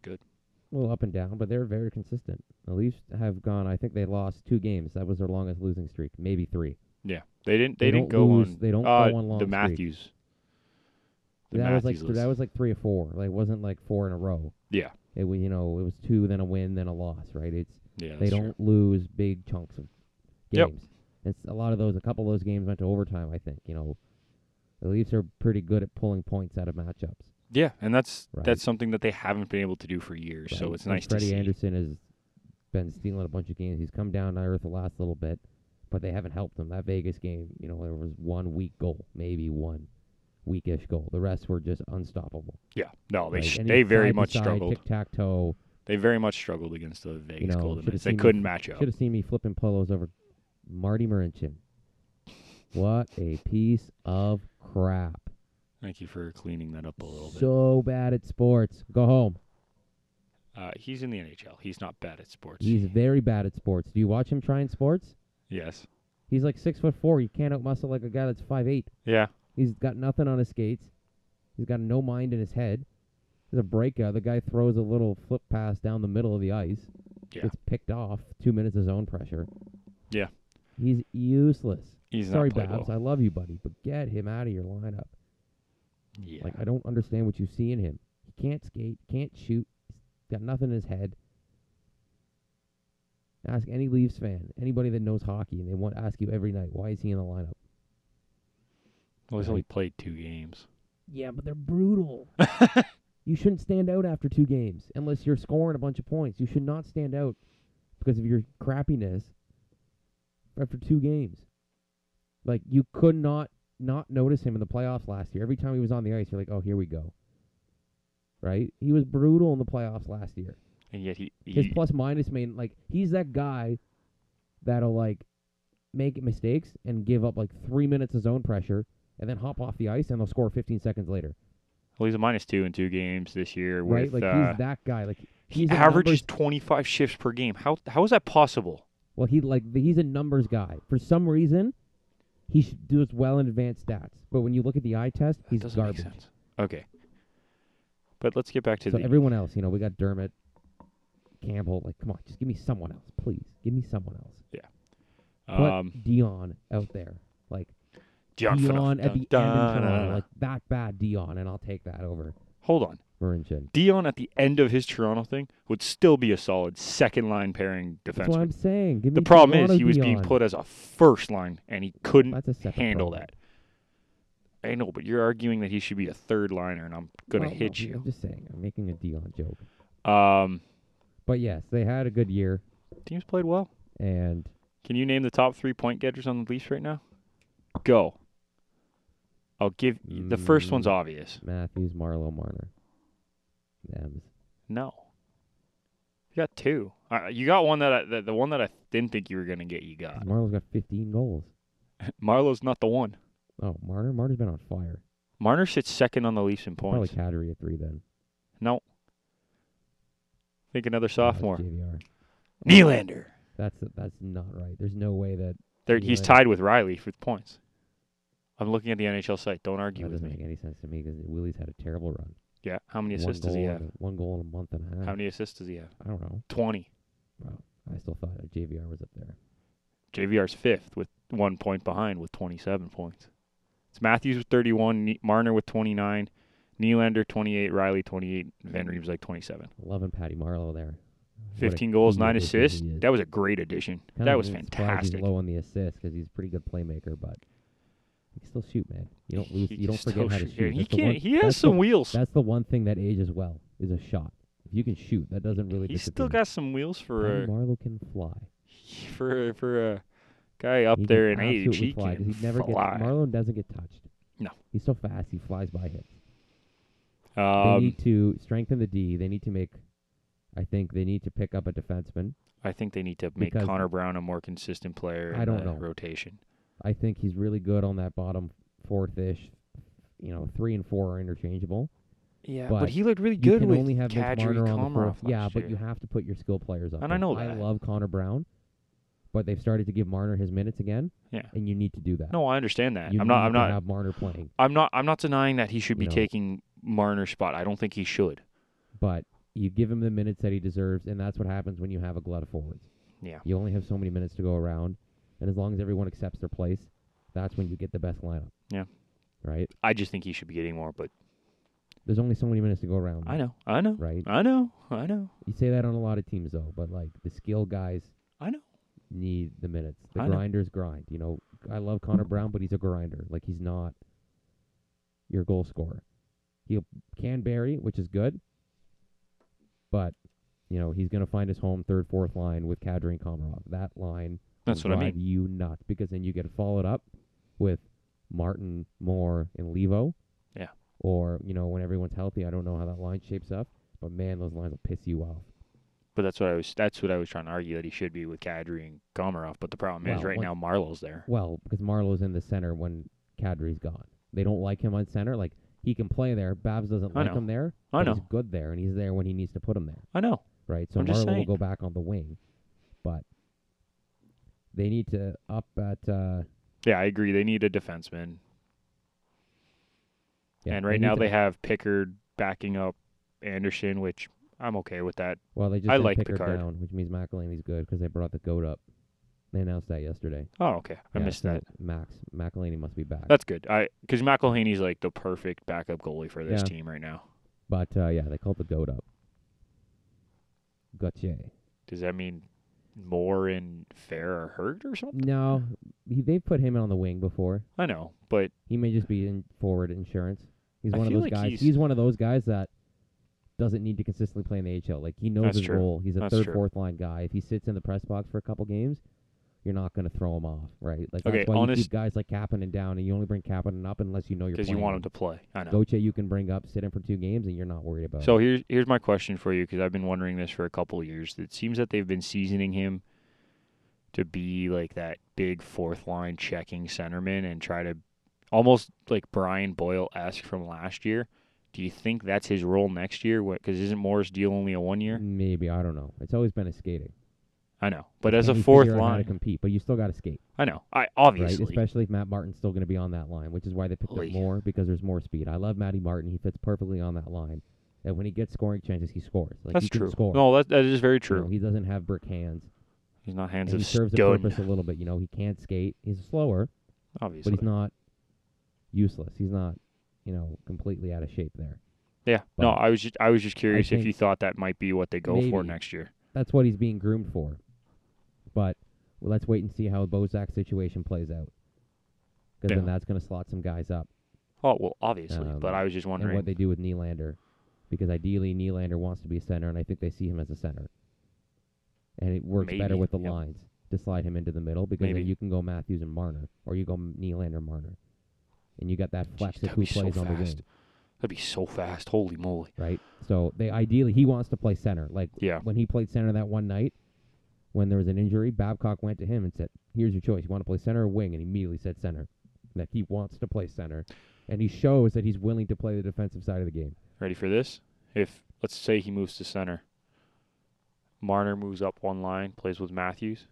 Speaker 1: Good.
Speaker 2: A little up and down, but they're very consistent. The Leafs have gone. I think they lost two games. That was their longest losing streak, maybe three.
Speaker 1: Yeah, they didn't. They, didn't
Speaker 2: don't
Speaker 1: go
Speaker 2: lose,
Speaker 1: on.
Speaker 2: They don't
Speaker 1: uh,
Speaker 2: go on long
Speaker 1: the
Speaker 2: streaks.
Speaker 1: Matthews. The
Speaker 2: that
Speaker 1: Matthews
Speaker 2: was like
Speaker 1: list.
Speaker 2: that was like three or four. Like it wasn't like four in a row.
Speaker 1: Yeah.
Speaker 2: It wa- you know it was two, then a win, then a loss. Right. It's
Speaker 1: yeah,
Speaker 2: they
Speaker 1: that's
Speaker 2: don't
Speaker 1: true.
Speaker 2: lose big chunks of
Speaker 1: Yep.
Speaker 2: games. It's a lot of those. A couple of those games went to overtime. I think you know, The Leafs are pretty good at pulling points out of matchups.
Speaker 1: Yeah, and that's
Speaker 2: Right.
Speaker 1: that's something that they haven't been able to do for years. So
Speaker 2: right?
Speaker 1: it's
Speaker 2: And
Speaker 1: nice
Speaker 2: Freddie
Speaker 1: to see.
Speaker 2: Anderson has been stealing a bunch of games. He's come down to earth the last little bit, but they haven't helped him. That Vegas game, you know, there was one weak goal, maybe one weakish goal. The rest were just unstoppable.
Speaker 1: Yeah, no, Oh, they
Speaker 2: right?
Speaker 1: sh-
Speaker 2: And
Speaker 1: they
Speaker 2: it's
Speaker 1: very
Speaker 2: side to
Speaker 1: much
Speaker 2: side,
Speaker 1: struggled.
Speaker 2: Tic tac toe.
Speaker 1: They very much struggled against the Vegas Golden
Speaker 2: know, shoulda
Speaker 1: Knights. They
Speaker 2: seen the-
Speaker 1: couldn't match up.
Speaker 2: Should have seen me flipping polos over Marty Marincin. What a piece of crap.
Speaker 1: Thank you for cleaning that up a little bit.
Speaker 2: So bad at sports. Go home.
Speaker 1: Uh, he's in the NHL. He's not bad at sports.
Speaker 2: He's very bad at sports. Do you watch him trying sports?
Speaker 1: yes.
Speaker 2: He's like six foot four. You can't outmuscle like a guy that's five eight.
Speaker 1: Yeah.
Speaker 2: He's got nothing on his skates. He's got no mind in his head. There's a breakout. The guy throws a little flip pass down the middle of the ice.
Speaker 1: Yeah.
Speaker 2: Gets picked off. Two minutes of zone pressure.
Speaker 1: Yeah.
Speaker 2: He's useless.
Speaker 1: He's
Speaker 2: Sorry,
Speaker 1: not played
Speaker 2: Babs.
Speaker 1: well.
Speaker 2: I love you, buddy, but get him out of your lineup.
Speaker 1: Yeah.
Speaker 2: Like I don't understand what you see in him. He can't skate, can't shoot, he's got nothing in his head. Ask any Leafs fan, anybody that knows hockey, and they want ask you every night, why is he in the lineup?
Speaker 1: well, he's only played two games.
Speaker 2: Yeah, but they're brutal. you shouldn't stand out after two games unless you're scoring a bunch of points. You should not stand out because of your crappiness after two games. Like you could not not notice him in the playoffs last year. Every time he was on the ice, you're like, "Oh, here we go." Right? He was brutal in the playoffs last year.
Speaker 1: And yet he,
Speaker 2: His
Speaker 1: he
Speaker 2: plus minus main like he's that guy that'll like make mistakes and give up like 3 minutes of zone pressure and then hop off the ice and they'll score 15 seconds later.
Speaker 1: well, he's a minus two in two games this year.
Speaker 2: right?
Speaker 1: With,
Speaker 2: Like
Speaker 1: uh,
Speaker 2: he's that guy. Like
Speaker 1: he
Speaker 2: he's a
Speaker 1: averages
Speaker 2: numbers-
Speaker 1: 25 shifts per game. How how is that possible?
Speaker 2: well, he like he's a numbers guy. For some reason, he should do as well in advanced stats. But when you look at the eye test,
Speaker 1: That
Speaker 2: he's
Speaker 1: doesn't
Speaker 2: garbage.
Speaker 1: make sense. Okay. But let's get back to
Speaker 2: So
Speaker 1: the
Speaker 2: everyone else, you know, we got Dermot, Campbell. Like, come on, just give me someone else, please. Give me someone else. Put
Speaker 1: um,
Speaker 2: Dion out there, like
Speaker 1: John
Speaker 2: Dion at the end in Toronto, like that bad Dion, and I'll take that over
Speaker 1: Hold on.
Speaker 2: Marincin.
Speaker 1: Dion at the end of his Toronto thing would still be a solid second line pairing
Speaker 2: That's what I'm
Speaker 1: defenseman.
Speaker 2: saying. Give me
Speaker 1: The problem is
Speaker 2: Toronto
Speaker 1: he was being
Speaker 2: Dion.
Speaker 1: put as a first line and he couldn't
Speaker 2: That's a separate
Speaker 1: handle
Speaker 2: problem.
Speaker 1: that. I know, but you're arguing that he should be a third liner and I'm gonna
Speaker 2: Well, no,
Speaker 1: hit
Speaker 2: I'm just saying. I'm making a Dion joke.
Speaker 1: you. Um
Speaker 2: But yes, they had a good year,
Speaker 1: teams played well.
Speaker 2: and
Speaker 1: Can you name the top three point getters on the Leafs right now? Go. I'll give the first one's
Speaker 2: Mm.
Speaker 1: obvious.
Speaker 2: Matthews, Marlowe, Marner. M's.
Speaker 1: No. You got two. Uh, you got one that, I, that the one that I didn't think you were gonna get. You got
Speaker 2: Marlowe's got 15 goals.
Speaker 1: Marlowe's not the one.
Speaker 2: Oh, Marner? Marner's been on fire.
Speaker 1: Marner sits second on the Leafs in
Speaker 2: Probably
Speaker 1: points.
Speaker 2: Kadri at three then.
Speaker 1: No. Think another
Speaker 2: No, that's
Speaker 1: sophomore.
Speaker 2: JVR.
Speaker 1: Nylander.
Speaker 2: That's that's not right. There's no way that
Speaker 1: There, he's
Speaker 2: Nylander.
Speaker 1: tied with Riley for points. I'm looking at the NHL site. Don't
Speaker 2: that
Speaker 1: argue with
Speaker 2: doesn't
Speaker 1: me.
Speaker 2: make any sense to me because Willie's had a terrible run.
Speaker 1: Yeah. How many
Speaker 2: one
Speaker 1: assists
Speaker 2: goal
Speaker 1: does he
Speaker 2: in
Speaker 1: have?
Speaker 2: a- one goal in a month and a half.
Speaker 1: How many assists does he have?
Speaker 2: I don't know.
Speaker 1: Twenty.
Speaker 2: Wow. I still thought that JVR was up there.
Speaker 1: JVR's fifth with one point behind with 27 points. It's Matthews with 31, Ne- Marner with 29, Nylander 28, Riley 28, Van Reeves like 27.
Speaker 2: Loving Patty Marlowe there. What Hmm. a
Speaker 1: 15 goals,
Speaker 2: key
Speaker 1: nine
Speaker 2: addition he
Speaker 1: assists.
Speaker 2: is.
Speaker 1: That was a great addition.
Speaker 2: Kinda
Speaker 1: that was
Speaker 2: surprised He's
Speaker 1: fantastic.
Speaker 2: low on the assist because he's a pretty good playmaker, but he can still shoot, man. You don't lose.
Speaker 1: He
Speaker 2: you don't
Speaker 1: can still
Speaker 2: forget how to
Speaker 1: shoot.
Speaker 2: shoot.
Speaker 1: He
Speaker 2: That's the
Speaker 1: can.
Speaker 2: one-
Speaker 1: he has
Speaker 2: that's the
Speaker 1: some wheels.
Speaker 2: That's the one thing that ages well is a shot. If you can shoot, that doesn't really.
Speaker 1: He's still
Speaker 2: disappear.
Speaker 1: got some wheels
Speaker 2: Patty
Speaker 1: for a
Speaker 2: Marlowe can fly
Speaker 1: for for a guy up
Speaker 2: He can
Speaker 1: there in
Speaker 2: absolutely
Speaker 1: age. He
Speaker 2: fly, 'cause
Speaker 1: can
Speaker 2: he never
Speaker 1: fly.
Speaker 2: gets. Marlowe doesn't get touched.
Speaker 1: No.
Speaker 2: he's so fast. He flies by hits. they
Speaker 1: um,
Speaker 2: need to strengthen the D. They need to make. I think they need to pick up a defenseman.
Speaker 1: I think they need to make
Speaker 2: because-
Speaker 1: Connor Brown a more consistent player
Speaker 2: I
Speaker 1: in
Speaker 2: don't
Speaker 1: the
Speaker 2: know.
Speaker 1: rotation.
Speaker 2: I think he's really good on that bottom fourth ish. You know, three and four are interchangeable.
Speaker 1: Yeah,
Speaker 2: but
Speaker 1: but,
Speaker 2: But
Speaker 1: he looked really
Speaker 2: you
Speaker 1: good
Speaker 2: can
Speaker 1: with
Speaker 2: only have Mitch
Speaker 1: Kadri
Speaker 2: Marner on the
Speaker 1: Komarov.
Speaker 2: fourth. Yeah,
Speaker 1: last
Speaker 2: but
Speaker 1: year.
Speaker 2: you have to put your skill players up.
Speaker 1: And I
Speaker 2: there.
Speaker 1: know
Speaker 2: I
Speaker 1: that.
Speaker 2: love Connor Brown, but they've started to give Marner his minutes again,
Speaker 1: yeah.
Speaker 2: and you need to do that.
Speaker 1: No, I understand that.
Speaker 2: you
Speaker 1: I'm not.
Speaker 2: need
Speaker 1: I'm
Speaker 2: to
Speaker 1: not.
Speaker 2: have Marner playing,
Speaker 1: I'm not. I'm not denying that he should be
Speaker 2: you know.
Speaker 1: taking Marner's spot. I don't think he should.
Speaker 2: but you give him the minutes that he deserves, and that's what happens when you have a glut of forwards.
Speaker 1: Yeah.
Speaker 2: You only have so many minutes to go around, and as long as everyone accepts their place, that's when you get the best lineup.
Speaker 1: Yeah.
Speaker 2: Right.
Speaker 1: I just think he should be getting more. But
Speaker 2: There's only so many minutes to go around.
Speaker 1: I know. I know.
Speaker 2: Mm. Right.
Speaker 1: I know. I know.
Speaker 2: You say that on a lot of teams though, but like the skill guys
Speaker 1: I know.
Speaker 2: need the minutes. The
Speaker 1: I know.
Speaker 2: grinders grind. You know, I love Connor Brown, but he's a grinder. Like he's not your goal scorer. He can bury, which is good, but you know he's going to find his home third, fourth line with Kadri and Komarov. That line
Speaker 1: That's
Speaker 2: will
Speaker 1: what I
Speaker 2: drive
Speaker 1: mean.
Speaker 2: You nuts because then you get followed up with Martin, Moore, and Levo.
Speaker 1: Yeah.
Speaker 2: Or you know when everyone's healthy, I don't know how that line shapes up, but man, those lines will piss you off.
Speaker 1: But that's what I was. That's what I was trying to argue that he should be with Kadri and Komarov. But the problem is
Speaker 2: Well,
Speaker 1: right
Speaker 2: what-
Speaker 1: now Marlowe's there.
Speaker 2: Well, because Marlowe's in the center when Kadri's gone. They don't like him on center. Like he can play there. Babs doesn't
Speaker 1: I
Speaker 2: like
Speaker 1: know.
Speaker 2: him there.
Speaker 1: I
Speaker 2: but
Speaker 1: know.
Speaker 2: He's good there, and he's there when he needs to put him there.
Speaker 1: I know.
Speaker 2: Right. So
Speaker 1: I'm just
Speaker 2: Marlowe
Speaker 1: saying.
Speaker 2: will go back on the wing, but they need to up at. Uh,
Speaker 1: Yeah, I agree. They need a defenseman,
Speaker 2: yeah,
Speaker 1: and right
Speaker 2: need
Speaker 1: now
Speaker 2: to-
Speaker 1: they have Pickard backing up Anderson, which I'm okay with that.
Speaker 2: Well, they just
Speaker 1: I
Speaker 2: had
Speaker 1: like
Speaker 2: Pickard
Speaker 1: Picard.
Speaker 2: down, which means McElhinney's good because they brought the goat up. They announced that yesterday.
Speaker 1: Oh, okay. I
Speaker 2: Yeah,
Speaker 1: missed
Speaker 2: so
Speaker 1: that.
Speaker 2: Max McElhinney must be back.
Speaker 1: That's good. I because McElhaney's like the perfect backup goalie for this
Speaker 2: Yeah.
Speaker 1: team right now.
Speaker 2: but uh, yeah, they called the goat up. Gauthier.
Speaker 1: Does that mean Moore and Fair are hurt or something?
Speaker 2: No, he, they've put him on the wing before.
Speaker 1: I know, but
Speaker 2: He may just be in forward insurance. He's
Speaker 1: I
Speaker 2: one of
Speaker 1: feel
Speaker 2: those
Speaker 1: like
Speaker 2: guys.
Speaker 1: he's-
Speaker 2: He's... one of those guys that doesn't need to consistently play in the AHL. Like he knows
Speaker 1: That's
Speaker 2: his
Speaker 1: true.
Speaker 2: role. He's a
Speaker 1: That's
Speaker 2: third,
Speaker 1: true.
Speaker 2: fourth line guy. If he sits in the press box for a couple games, you're not going to throw him off, right? Like
Speaker 1: Okay,
Speaker 2: that's why you
Speaker 1: honest-
Speaker 2: keep guys like Kapanen down, and you only bring Kapanen up unless you know you're
Speaker 1: because
Speaker 2: playing.
Speaker 1: you want him to play. I know.
Speaker 2: Goche, you can bring up, sit in for two games, and you're not worried about.
Speaker 1: So here's here's my question for you because I've been wondering this for a couple of years. It seems that they've been seasoning him to be like that big fourth line checking centerman and try to almost like Brian Boyle esque from last year. Do you think that's his role next year? Because isn't Moore's deal only a one
Speaker 2: it.
Speaker 1: year?
Speaker 2: maybe I don't know. It's always been a skating.
Speaker 1: I know, but as a
Speaker 2: Can you
Speaker 1: fourth
Speaker 2: figure out how to
Speaker 1: line,
Speaker 2: compete, but you still got to skate,
Speaker 1: I know. I
Speaker 2: right?
Speaker 1: obviously
Speaker 2: Especially if Matt Martin's still going to be on that line, which is why they picked
Speaker 1: Oy.
Speaker 2: up more because there's more speed. I love Matty Martin; he fits perfectly on that line, and when he gets scoring chances, he scores. Like
Speaker 1: that's
Speaker 2: he can
Speaker 1: true.
Speaker 2: Score.
Speaker 1: No, that that is very
Speaker 2: You know,
Speaker 1: true.
Speaker 2: he doesn't have brick hands.
Speaker 1: he's not
Speaker 2: And
Speaker 1: hands
Speaker 2: he
Speaker 1: of
Speaker 2: serves a
Speaker 1: stone,
Speaker 2: purpose a little bit. You know, he can't skate. He's slower,
Speaker 1: obviously.
Speaker 2: but he's not useless. He's not, you know, completely out of shape there.
Speaker 1: yeah. No,
Speaker 2: but
Speaker 1: I was just I was just curious if
Speaker 2: think
Speaker 1: you thought that might be what they go for
Speaker 2: maybe-
Speaker 1: next year.
Speaker 2: that's what he's being groomed for. But well, let's wait and see how Bozak's situation plays out, because then
Speaker 1: Yeah.
Speaker 2: that's going to slot some guys up,
Speaker 1: Oh well, obviously,
Speaker 2: Um,
Speaker 1: but I was just
Speaker 2: and
Speaker 1: wondering.
Speaker 2: what they do with Nylander, because ideally Nylander wants to be a center, and I think they see him as a center, and it works
Speaker 1: Maybe,
Speaker 2: better with the
Speaker 1: yep.
Speaker 2: lines to slide him into the middle, because
Speaker 1: Maybe.
Speaker 2: then you can go Matthews and Marner, or you go M- Nylander Marner, and you got that flex of
Speaker 1: that'd
Speaker 2: who
Speaker 1: be so
Speaker 2: plays on the
Speaker 1: fast.
Speaker 2: wing,
Speaker 1: That'd be so fast. Holy moly!
Speaker 2: right? So they ideally he wants to play center, like
Speaker 1: Yeah,
Speaker 2: when he played center that one night when there was an injury, Babcock went to him and said, "Here's your choice. You want to play center or wing?" And he immediately said center. That he wants to play center, and he shows that he's willing to play the defensive side of the game.
Speaker 1: ready for this? If let's say he moves to center, Marner moves up one line, plays with Matthews,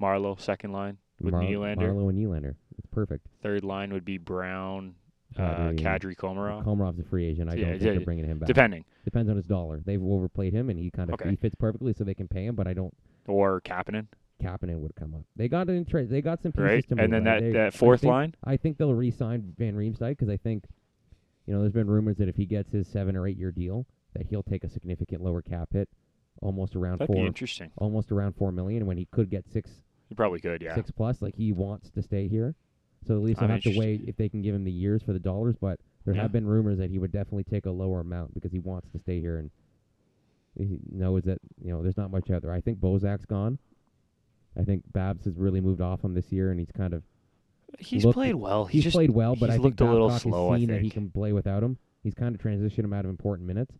Speaker 1: Marlowe second line, With Nylander?
Speaker 2: Marlowe and Nylander, it's perfect.
Speaker 1: third line would be Brown, uh,
Speaker 2: Kadri.
Speaker 1: Kadri, Komarov,
Speaker 2: Komarov's a free agent. I
Speaker 1: Yeah,
Speaker 2: don't think
Speaker 1: yeah,
Speaker 2: they're
Speaker 1: yeah.
Speaker 2: bringing him back.
Speaker 1: depending,
Speaker 2: Depends on his dollar. They've overplayed him, and he kind of
Speaker 1: Okay.
Speaker 2: he fits perfectly, so they can pay him. But I don't.
Speaker 1: or Kapanen,
Speaker 2: Kapanen would come up. They got it in trade. They got some pieces
Speaker 1: right?
Speaker 2: to move.
Speaker 1: And then
Speaker 2: right?
Speaker 1: that,
Speaker 2: They- I
Speaker 1: that fourth
Speaker 2: think-
Speaker 1: line,
Speaker 2: I think they'll re-sign Van Riemsdyk because I think, you know, there's been rumors that if he gets his seven or eight year deal, that he'll take a significant lower cap hit, almost around
Speaker 1: that'd be
Speaker 2: four,
Speaker 1: interesting.
Speaker 2: almost around four million. When he could get six,
Speaker 1: You probably could, yeah.
Speaker 2: six plus, like he wants to stay here. So at least
Speaker 1: I'm
Speaker 2: they'll have to
Speaker 1: interested.
Speaker 2: wait if they can give him the years for the dollars. But there
Speaker 1: Yeah.
Speaker 2: have been rumors that he would definitely take a lower amount because he wants to stay here and he knows that you know there's not much out there. I think Bozak's gone. I think Babs has really moved off him this year, and he's kind of
Speaker 1: He's
Speaker 2: looked-
Speaker 1: played well. He
Speaker 2: he's
Speaker 1: just
Speaker 2: played well, but
Speaker 1: he's
Speaker 2: I think
Speaker 1: looked a little
Speaker 2: Babcock
Speaker 1: slow, I
Speaker 2: has seen that he
Speaker 1: think.
Speaker 2: can play without him. He's kind of transitioned him out of important minutes.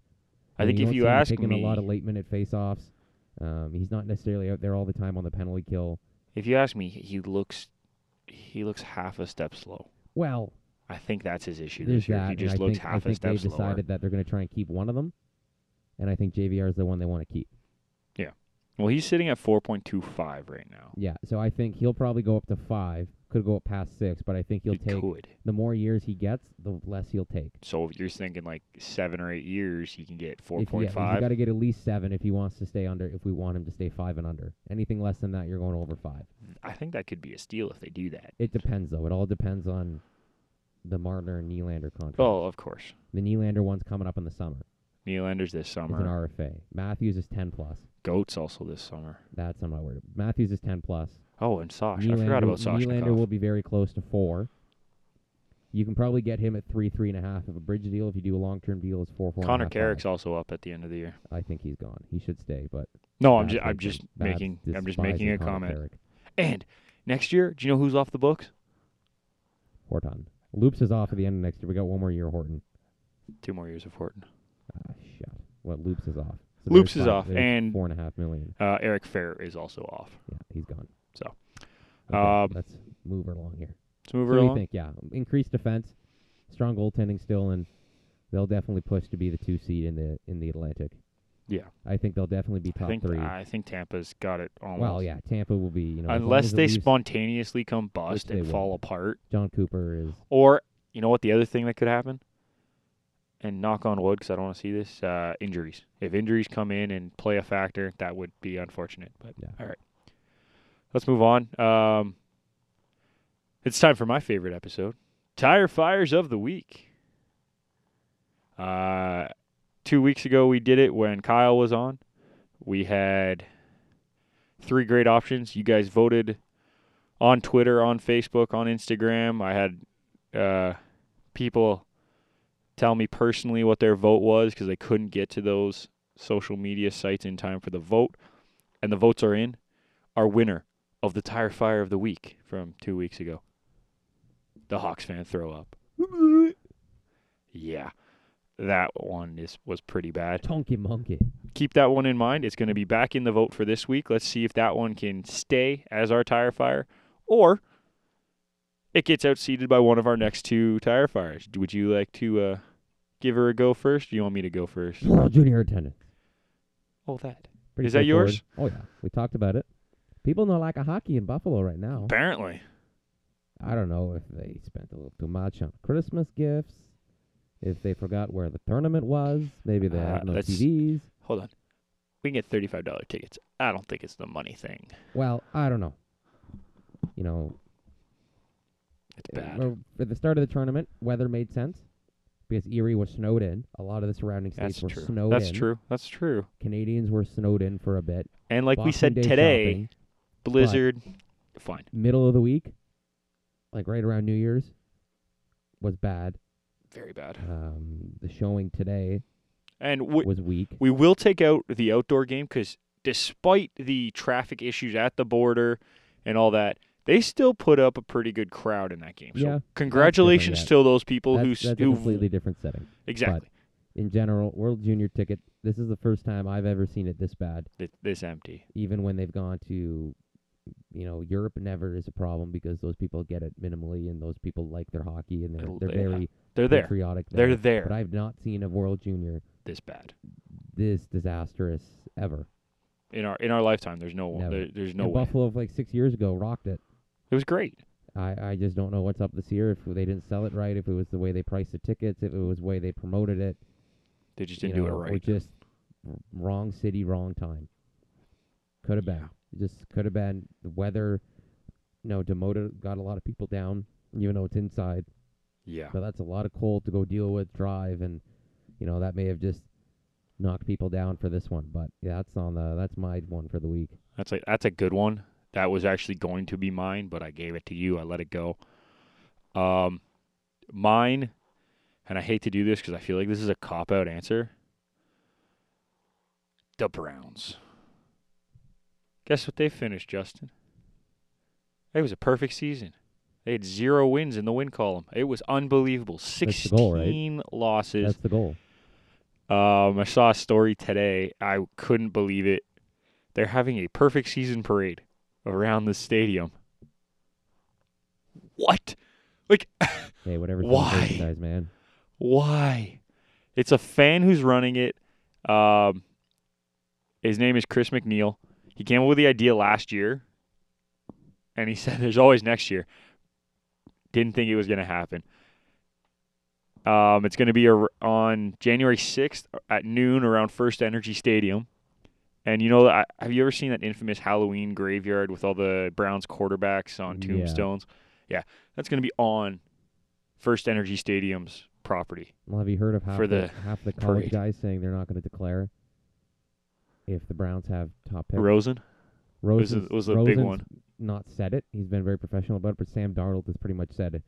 Speaker 1: I
Speaker 2: mean,
Speaker 1: think if
Speaker 2: don't
Speaker 1: you
Speaker 2: see him
Speaker 1: ask
Speaker 2: taking
Speaker 1: me,
Speaker 2: a lot of late minute faceoffs, um, he's not necessarily out there all the time on the penalty kill.
Speaker 1: if you ask me, he looks, he looks half a step slow.
Speaker 2: Well,
Speaker 1: I think that's his issue
Speaker 2: there's
Speaker 1: this year.
Speaker 2: that.
Speaker 1: He
Speaker 2: and
Speaker 1: just
Speaker 2: I
Speaker 1: looks
Speaker 2: think, I
Speaker 1: half a
Speaker 2: think
Speaker 1: step
Speaker 2: they
Speaker 1: slower.
Speaker 2: decided that they're going to try and keep one of them, and I think JVR is the one they want to keep.
Speaker 1: Well, he's sitting at 4.25 right now.
Speaker 2: Yeah, so I think he'll probably go up to five. Could go up past six, but I think he'll
Speaker 1: He
Speaker 2: take
Speaker 1: could.
Speaker 2: the more years he gets, the less he'll take.
Speaker 1: So if you're thinking like seven or eight years, he can get
Speaker 2: If you- yeah,
Speaker 1: 4.5.
Speaker 2: He's got to get at least seven if he wants to stay under. If we want him to stay five and under, anything less than that, you're going over five.
Speaker 1: I think that could be a steal if they do that.
Speaker 2: It depends, though. It all depends on the Marner and Nylander contract.
Speaker 1: Oh, of course.
Speaker 2: The Nylander one's coming up in the summer.
Speaker 1: Nylander's this
Speaker 2: It's an
Speaker 1: summer.
Speaker 2: RFA. Matthews is 10 plus.
Speaker 1: Goats also this summer.
Speaker 2: That's I'm not worried. about. Matthews is 10 plus.
Speaker 1: Oh, and Sosh. I
Speaker 2: Nylander,
Speaker 1: forgot about
Speaker 2: Nylander
Speaker 1: Sosh.
Speaker 2: will be very close to four. You can probably get him at three, three and a half of a bridge deal. If you do a long term deal, it's four, four. and a
Speaker 1: Connor
Speaker 2: half,
Speaker 1: Carrick's also up at the end of the year.
Speaker 2: five. I think he's gone. He should stay, but
Speaker 1: No, I'm
Speaker 2: Babs
Speaker 1: just I'm
Speaker 2: hates him.
Speaker 1: just
Speaker 2: Babs
Speaker 1: making I'm just
Speaker 2: despises
Speaker 1: making a
Speaker 2: Connor
Speaker 1: comment.
Speaker 2: Carrick.
Speaker 1: And next year, do you know who's off the books?
Speaker 2: Horton. Loops is off at the end of next year. We got one more year, Horton.
Speaker 1: Two more years of Horton.
Speaker 2: Ah, shit. Well, Loops is off. So
Speaker 1: Loops
Speaker 2: there's
Speaker 1: is
Speaker 2: five-
Speaker 1: off,
Speaker 2: there's
Speaker 1: and-
Speaker 2: four and a half million.
Speaker 1: Uh, Eric Fair is also off.
Speaker 2: Yeah, he's gone.
Speaker 1: So,
Speaker 2: Okay,
Speaker 1: um,
Speaker 2: let's move her along here.
Speaker 1: Let's move
Speaker 2: So what
Speaker 1: her
Speaker 2: do you
Speaker 1: along.
Speaker 2: think? Yeah, um, increased defense, strong goaltending still, and they'll definitely push to be the two seed in the in the Atlantic.
Speaker 1: Yeah.
Speaker 2: I think they'll definitely be top
Speaker 1: I think
Speaker 2: three.
Speaker 1: I think Tampa's got it almost.
Speaker 2: well, yeah, Tampa will be. You know, as long
Speaker 1: Unless
Speaker 2: as it
Speaker 1: they
Speaker 2: leaves-
Speaker 1: spontaneously come bust
Speaker 2: they
Speaker 1: and fall
Speaker 2: won't.
Speaker 1: apart,
Speaker 2: John Cooper is
Speaker 1: or you know what? The other thing that could happen, and knock on wood, because I don't want to see this uh, injuries. If injuries come in and play a factor, that would be unfortunate. But
Speaker 2: Yeah.
Speaker 1: all right, let's move on. Um, it's time for my favorite episode, tire fires of the week. Uh, two weeks ago we did it when Kyle was on. We had three great options. You guys voted on Twitter, on Facebook, on Instagram. I had uh, people tell me personally what their vote was because they couldn't get to those social media sites in time for the vote. And the votes are in. Our winner of the tire fire of the week from two weeks ago, the Hawks fan throw up. Yeah, that one is was pretty bad
Speaker 2: Tonky Monkey.
Speaker 1: keep that one in mind. It's going to be back in the vote for this week. Let's see if that one can stay as our tire fire or it gets outseated by one of our next two tire fires. Would you like to uh, give her a go first? Do you want me to go first?
Speaker 2: World Junior attendance.
Speaker 1: Oh, that.
Speaker 2: Pretty
Speaker 1: Is that yours?
Speaker 2: straightforward. Oh yeah, we talked about it. People know like a hockey in Buffalo right now.
Speaker 1: Apparently.
Speaker 2: I don't know if they spent a little too much on Christmas gifts, if they forgot where the tournament was, maybe they
Speaker 1: Uh,
Speaker 2: have no
Speaker 1: let's-
Speaker 2: TVs.
Speaker 1: Hold on. We can get $35 tickets. I don't think it's the money thing.
Speaker 2: Well, I don't know. You know,
Speaker 1: It's
Speaker 2: uh,
Speaker 1: bad.
Speaker 2: well, at the start of the tournament, weather made sense because Erie was snowed in. A lot of the surrounding states
Speaker 1: That's
Speaker 2: were
Speaker 1: true.
Speaker 2: snowed
Speaker 1: That's
Speaker 2: in.
Speaker 1: true. That's true.
Speaker 2: Canadians were snowed in for a bit.
Speaker 1: And like we
Speaker 2: Boxing
Speaker 1: said
Speaker 2: Day
Speaker 1: today,
Speaker 2: shopping,
Speaker 1: blizzard fine.
Speaker 2: middle of the week, like right around New Year's, was bad.
Speaker 1: Very bad.
Speaker 2: Um, the showing today
Speaker 1: And w-
Speaker 2: was weak.
Speaker 1: We will take out the outdoor game because despite the traffic issues at the border and all that, they still put up a pretty good crowd in that game. So
Speaker 2: Yeah, that's
Speaker 1: congratulations
Speaker 2: different,
Speaker 1: to those people
Speaker 2: That's,
Speaker 1: who
Speaker 2: that's a
Speaker 1: who
Speaker 2: completely different setting.
Speaker 1: exactly
Speaker 2: In general, World Junior ticket. This is the first time I've ever seen it this bad.
Speaker 1: Th- this empty.
Speaker 2: even when they've gone to you know Europe never is a problem because those people get it minimally and those people like their hockey and they're,
Speaker 1: It'll-
Speaker 2: they're
Speaker 1: yeah,
Speaker 2: very
Speaker 1: They're there.
Speaker 2: patriotic there.
Speaker 1: They're
Speaker 2: but
Speaker 1: there.
Speaker 2: I've not seen a World Junior
Speaker 1: This bad
Speaker 2: this disastrous ever.
Speaker 1: in our in our lifetime. There's no one.
Speaker 2: Never.
Speaker 1: There, there's no
Speaker 2: and
Speaker 1: way.
Speaker 2: Buffalo like six years ago rocked it.
Speaker 1: It was great.
Speaker 2: I, I just don't know what's up this year if they didn't sell it right, if it was the way they priced the tickets, if it was the way they promoted it.
Speaker 1: They just
Speaker 2: you
Speaker 1: didn't do it
Speaker 2: know, Or
Speaker 1: right.
Speaker 2: just r- wrong city, wrong time. Could have been. Just could have been the weather. You know, demoted got a lot of people down, even though it's inside.
Speaker 1: Yeah.
Speaker 2: But that's a lot of cold to go deal with, drive, and you know that may have just knocked people down for this one. But yeah, that's on the that's my one for the week.
Speaker 1: That's like that's a good one. That was actually going to be mine, but I gave it to you. I let it go. Um, mine, and I hate to do this because I feel like this is a cop out answer. The Browns. Guess what they finished, Justin? It was a perfect season. They had zero wins in the win column. It was unbelievable.
Speaker 2: That's the
Speaker 1: Sixteen
Speaker 2: goal, right?
Speaker 1: losses.
Speaker 2: That's the goal.
Speaker 1: Um, I saw a story today. I couldn't believe it. They're having a perfect season parade around the stadium. What? Like,
Speaker 2: Hey, whatever.
Speaker 1: Why?
Speaker 2: guys, man?
Speaker 1: why? It's a fan who's running it. Um, his name is Chris McNeil. He came up with the idea last year, and he said there's always next year. Didn't think it was going to happen. Um, it's going to be ar- on January 6th at noon around First Energy Stadium. And you know, I, have you ever seen that infamous Halloween graveyard with all the Browns quarterbacks on
Speaker 2: Yeah.
Speaker 1: tombstones? Yeah, that's going to be on First Energy Stadium's property.
Speaker 2: Well, have you heard of half
Speaker 1: For
Speaker 2: the,
Speaker 1: the
Speaker 2: half the college
Speaker 1: parade.
Speaker 2: guys saying they're not going to declare if the Browns have top pick?
Speaker 1: Rosen was
Speaker 2: Rosen
Speaker 1: the, was the big one.
Speaker 2: not said it. He's been very professional about it, but Sam Darnold has pretty much said it.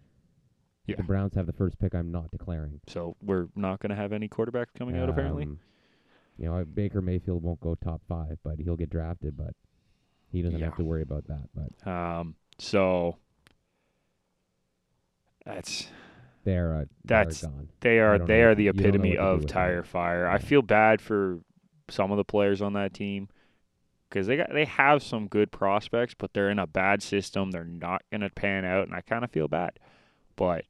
Speaker 1: Yeah.
Speaker 2: The Browns have the first pick. I'm not declaring.
Speaker 1: So we're not going to have any quarterbacks coming out apparently.
Speaker 2: Um, You know, Baker Mayfield won't go top five, but he'll get drafted. But he doesn't
Speaker 1: Yeah.
Speaker 2: have to worry about that. But
Speaker 1: Um, so that's
Speaker 2: they're uh,
Speaker 1: That's-
Speaker 2: they're gone.
Speaker 1: they are
Speaker 2: don't
Speaker 1: they
Speaker 2: know.
Speaker 1: are the
Speaker 2: You don't know what
Speaker 1: epitome
Speaker 2: to do
Speaker 1: of
Speaker 2: with that.
Speaker 1: tire fire. I
Speaker 2: Yeah.
Speaker 1: feel bad for some of the players on that team because they got they have some good prospects, but they're in a bad system. They're not gonna pan out, and I kind of feel bad. But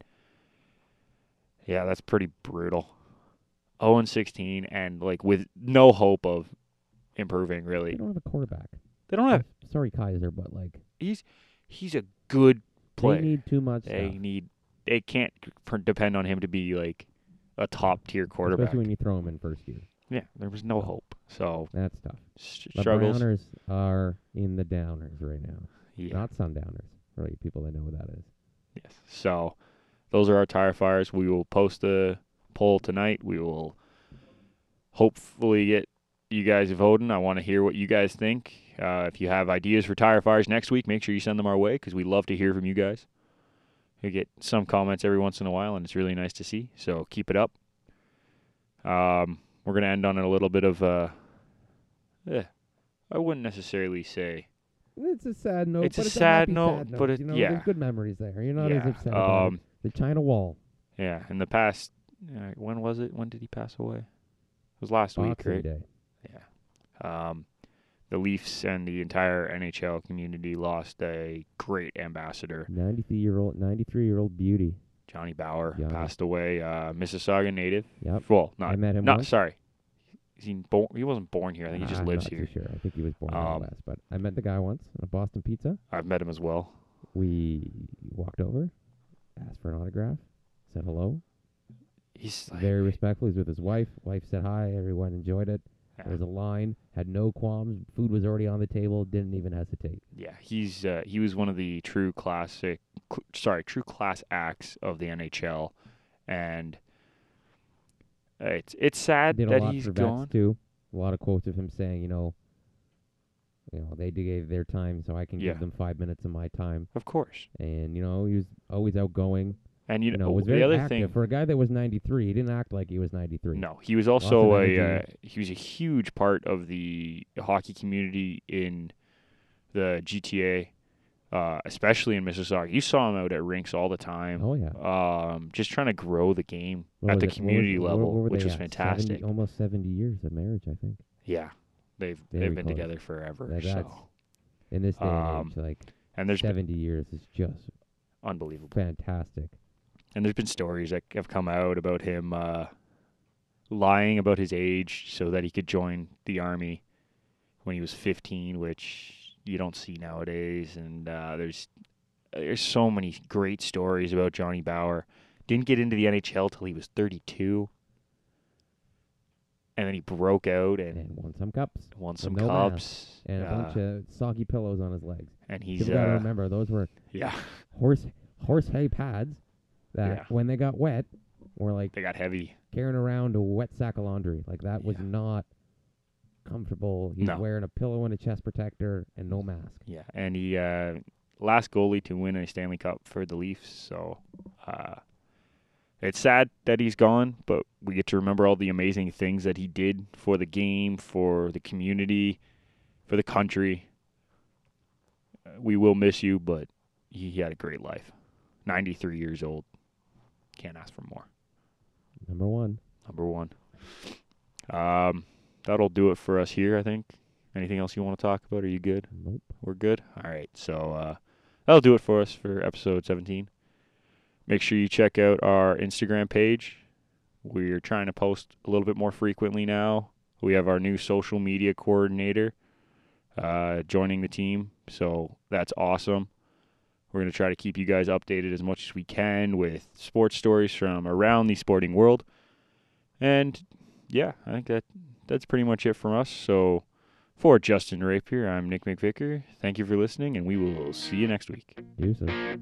Speaker 1: yeah, that's pretty brutal. 0 and 16, and like with no hope of improving.
Speaker 2: They
Speaker 1: Really,
Speaker 2: don't have a quarterback.
Speaker 1: they don't have.
Speaker 2: I'm Sorry, Kaiser, but like
Speaker 1: He's a good player.
Speaker 2: they need too much.
Speaker 1: They
Speaker 2: stuff,
Speaker 1: need. They can't pr- depend on him to be like a top tier quarterback.
Speaker 2: especially when you throw him in first year.
Speaker 1: Yeah, there was no hope. So
Speaker 2: That's tough.
Speaker 1: s
Speaker 2: The
Speaker 1: struggles.
Speaker 2: Browners are in the downers right now.
Speaker 1: Yeah.
Speaker 2: Not sundowners. For you people that know what that is.
Speaker 1: Yes. So those are our tire fires. We will post the poll tonight. We will hopefully get you guys voting. I want to hear what you guys think. Uh, if you have ideas for tire fires next week, make sure you send them our way because we love to hear from you guys. We get some comments every once in a while, and it's really nice to see. So keep it up. Um, we're gonna end on a little bit of. Uh, eh, I wouldn't necessarily say
Speaker 2: It's a sad note.
Speaker 1: It's a
Speaker 2: but it's
Speaker 1: sad
Speaker 2: a happy
Speaker 1: note,
Speaker 2: sad note,
Speaker 1: but it-
Speaker 2: you know,
Speaker 1: yeah.
Speaker 2: there's good memories there. You're not as
Speaker 1: yeah.
Speaker 2: upset. about it.
Speaker 1: um,
Speaker 2: The China Wall.
Speaker 1: yeah. In the past, uh, when was it? When did he pass away? It was last week,
Speaker 2: Boxing
Speaker 1: right?
Speaker 2: Day.
Speaker 1: Yeah. Um, the Leafs and the entire NHL community lost a great ambassador.
Speaker 2: 93 year old, 93 year old beauty.
Speaker 1: Johnny Bauer
Speaker 2: Yeah.
Speaker 1: passed away. Uh, Mississauga native.
Speaker 2: Yep.
Speaker 1: Well,
Speaker 2: I
Speaker 1: not
Speaker 2: met him.
Speaker 1: not
Speaker 2: once.
Speaker 1: sorry. Is He, born, he wasn't born here. I think he just
Speaker 2: I'm
Speaker 1: lives
Speaker 2: not too
Speaker 1: here.
Speaker 2: sure. I think he was born in
Speaker 1: Um,
Speaker 2: the West, but I met the guy once at a Boston Pizza.
Speaker 1: I've met him as well.
Speaker 2: We walked over, asked for an autograph, said hello,
Speaker 1: He's like,
Speaker 2: very respectful. He's with his wife. Wife said hi. Everyone enjoyed it.
Speaker 1: Yeah.
Speaker 2: There was a line. Had no qualms. Food was already on the table. Didn't even hesitate.
Speaker 1: Yeah, he's uh, he was one of the true classic, cl- sorry, true class acts of the NHL, and uh, it's it's sad
Speaker 2: did a
Speaker 1: that
Speaker 2: lot
Speaker 1: he's
Speaker 2: for
Speaker 1: gone.
Speaker 2: vets too. A lot of quotes of him saying, you know, you know, they gave their time, so I can
Speaker 1: Yeah.
Speaker 2: give them five minutes of my time.
Speaker 1: Of course,
Speaker 2: And you know, he was always outgoing.
Speaker 1: and you,
Speaker 2: You
Speaker 1: know,
Speaker 2: know, was very
Speaker 1: the other
Speaker 2: active
Speaker 1: thing.
Speaker 2: for a guy that was 93. He didn't act like he was 93.
Speaker 1: No, he was also
Speaker 2: of
Speaker 1: a uh,
Speaker 2: energy.
Speaker 1: he was a huge part of the hockey community in the GTA, uh, especially in Mississauga. You saw him out at rinks all the time.
Speaker 2: Oh yeah.
Speaker 1: Um, just trying to grow the game
Speaker 2: What
Speaker 1: at
Speaker 2: was
Speaker 1: the
Speaker 2: it? What was-
Speaker 1: community
Speaker 2: what- what
Speaker 1: level,
Speaker 2: were
Speaker 1: which
Speaker 2: they
Speaker 1: was
Speaker 2: at? 70
Speaker 1: fantastic.
Speaker 2: almost 70 years of marriage, I think.
Speaker 1: Yeah, they've
Speaker 2: Very
Speaker 1: they've been
Speaker 2: close.
Speaker 1: together forever.
Speaker 2: Now
Speaker 1: so.
Speaker 2: that's- In this day
Speaker 1: Um,
Speaker 2: and age, like
Speaker 1: And there's been-
Speaker 2: 70 years is just
Speaker 1: unbelievable.
Speaker 2: fantastic.
Speaker 1: And there's been stories that have come out about him uh, lying about his age so that he could join the army when he was 15, which you don't see nowadays. And uh, there's there's so many great stories about Johnny Bauer. Didn't get into the NHL till he was 32, and then he broke out and
Speaker 2: And won some cups
Speaker 1: won
Speaker 2: with
Speaker 1: some
Speaker 2: no mask
Speaker 1: cups.
Speaker 2: and a
Speaker 1: uh,
Speaker 2: bunch of soggy pillows on his legs.
Speaker 1: and he's
Speaker 2: People gotta
Speaker 1: uh,
Speaker 2: remember those were
Speaker 1: yeah,
Speaker 2: horse horse hay pads that
Speaker 1: Yeah.
Speaker 2: when they got wet were like
Speaker 1: they got heavy.
Speaker 2: carrying around a wet sack of laundry. Like that was
Speaker 1: Yeah.
Speaker 2: not comfortable. He's
Speaker 1: No.
Speaker 2: wearing a pillow and a chest protector and no mask.
Speaker 1: Yeah, and he uh, last goalie to win a Stanley Cup for the Leafs. So uh, it's sad that he's gone, but we get to remember all the amazing things that he did for the game, for the community, for the country. Uh, We will miss you, but he he had a great life. 93 years old. Can't ask for more.
Speaker 2: Number one.
Speaker 1: Number one. Um, that'll do it for us here, I think. Anything else you want to talk about? Are you good?
Speaker 2: Nope.
Speaker 1: We're good. All right. So uh, that'll do it for us for episode 17. Make sure you check out our Instagram page. We're trying to post a little bit more frequently now. We have our new social media coordinator uh, joining the team. So that's awesome. We're going to try to keep you guys updated as much as we can with sports stories from around the sporting world. And yeah, I think that that's pretty much it from us. So. For Justin Rapier, I'm Nick McVicker. Thank you for listening, and we will see you next week.
Speaker 2: Deuces.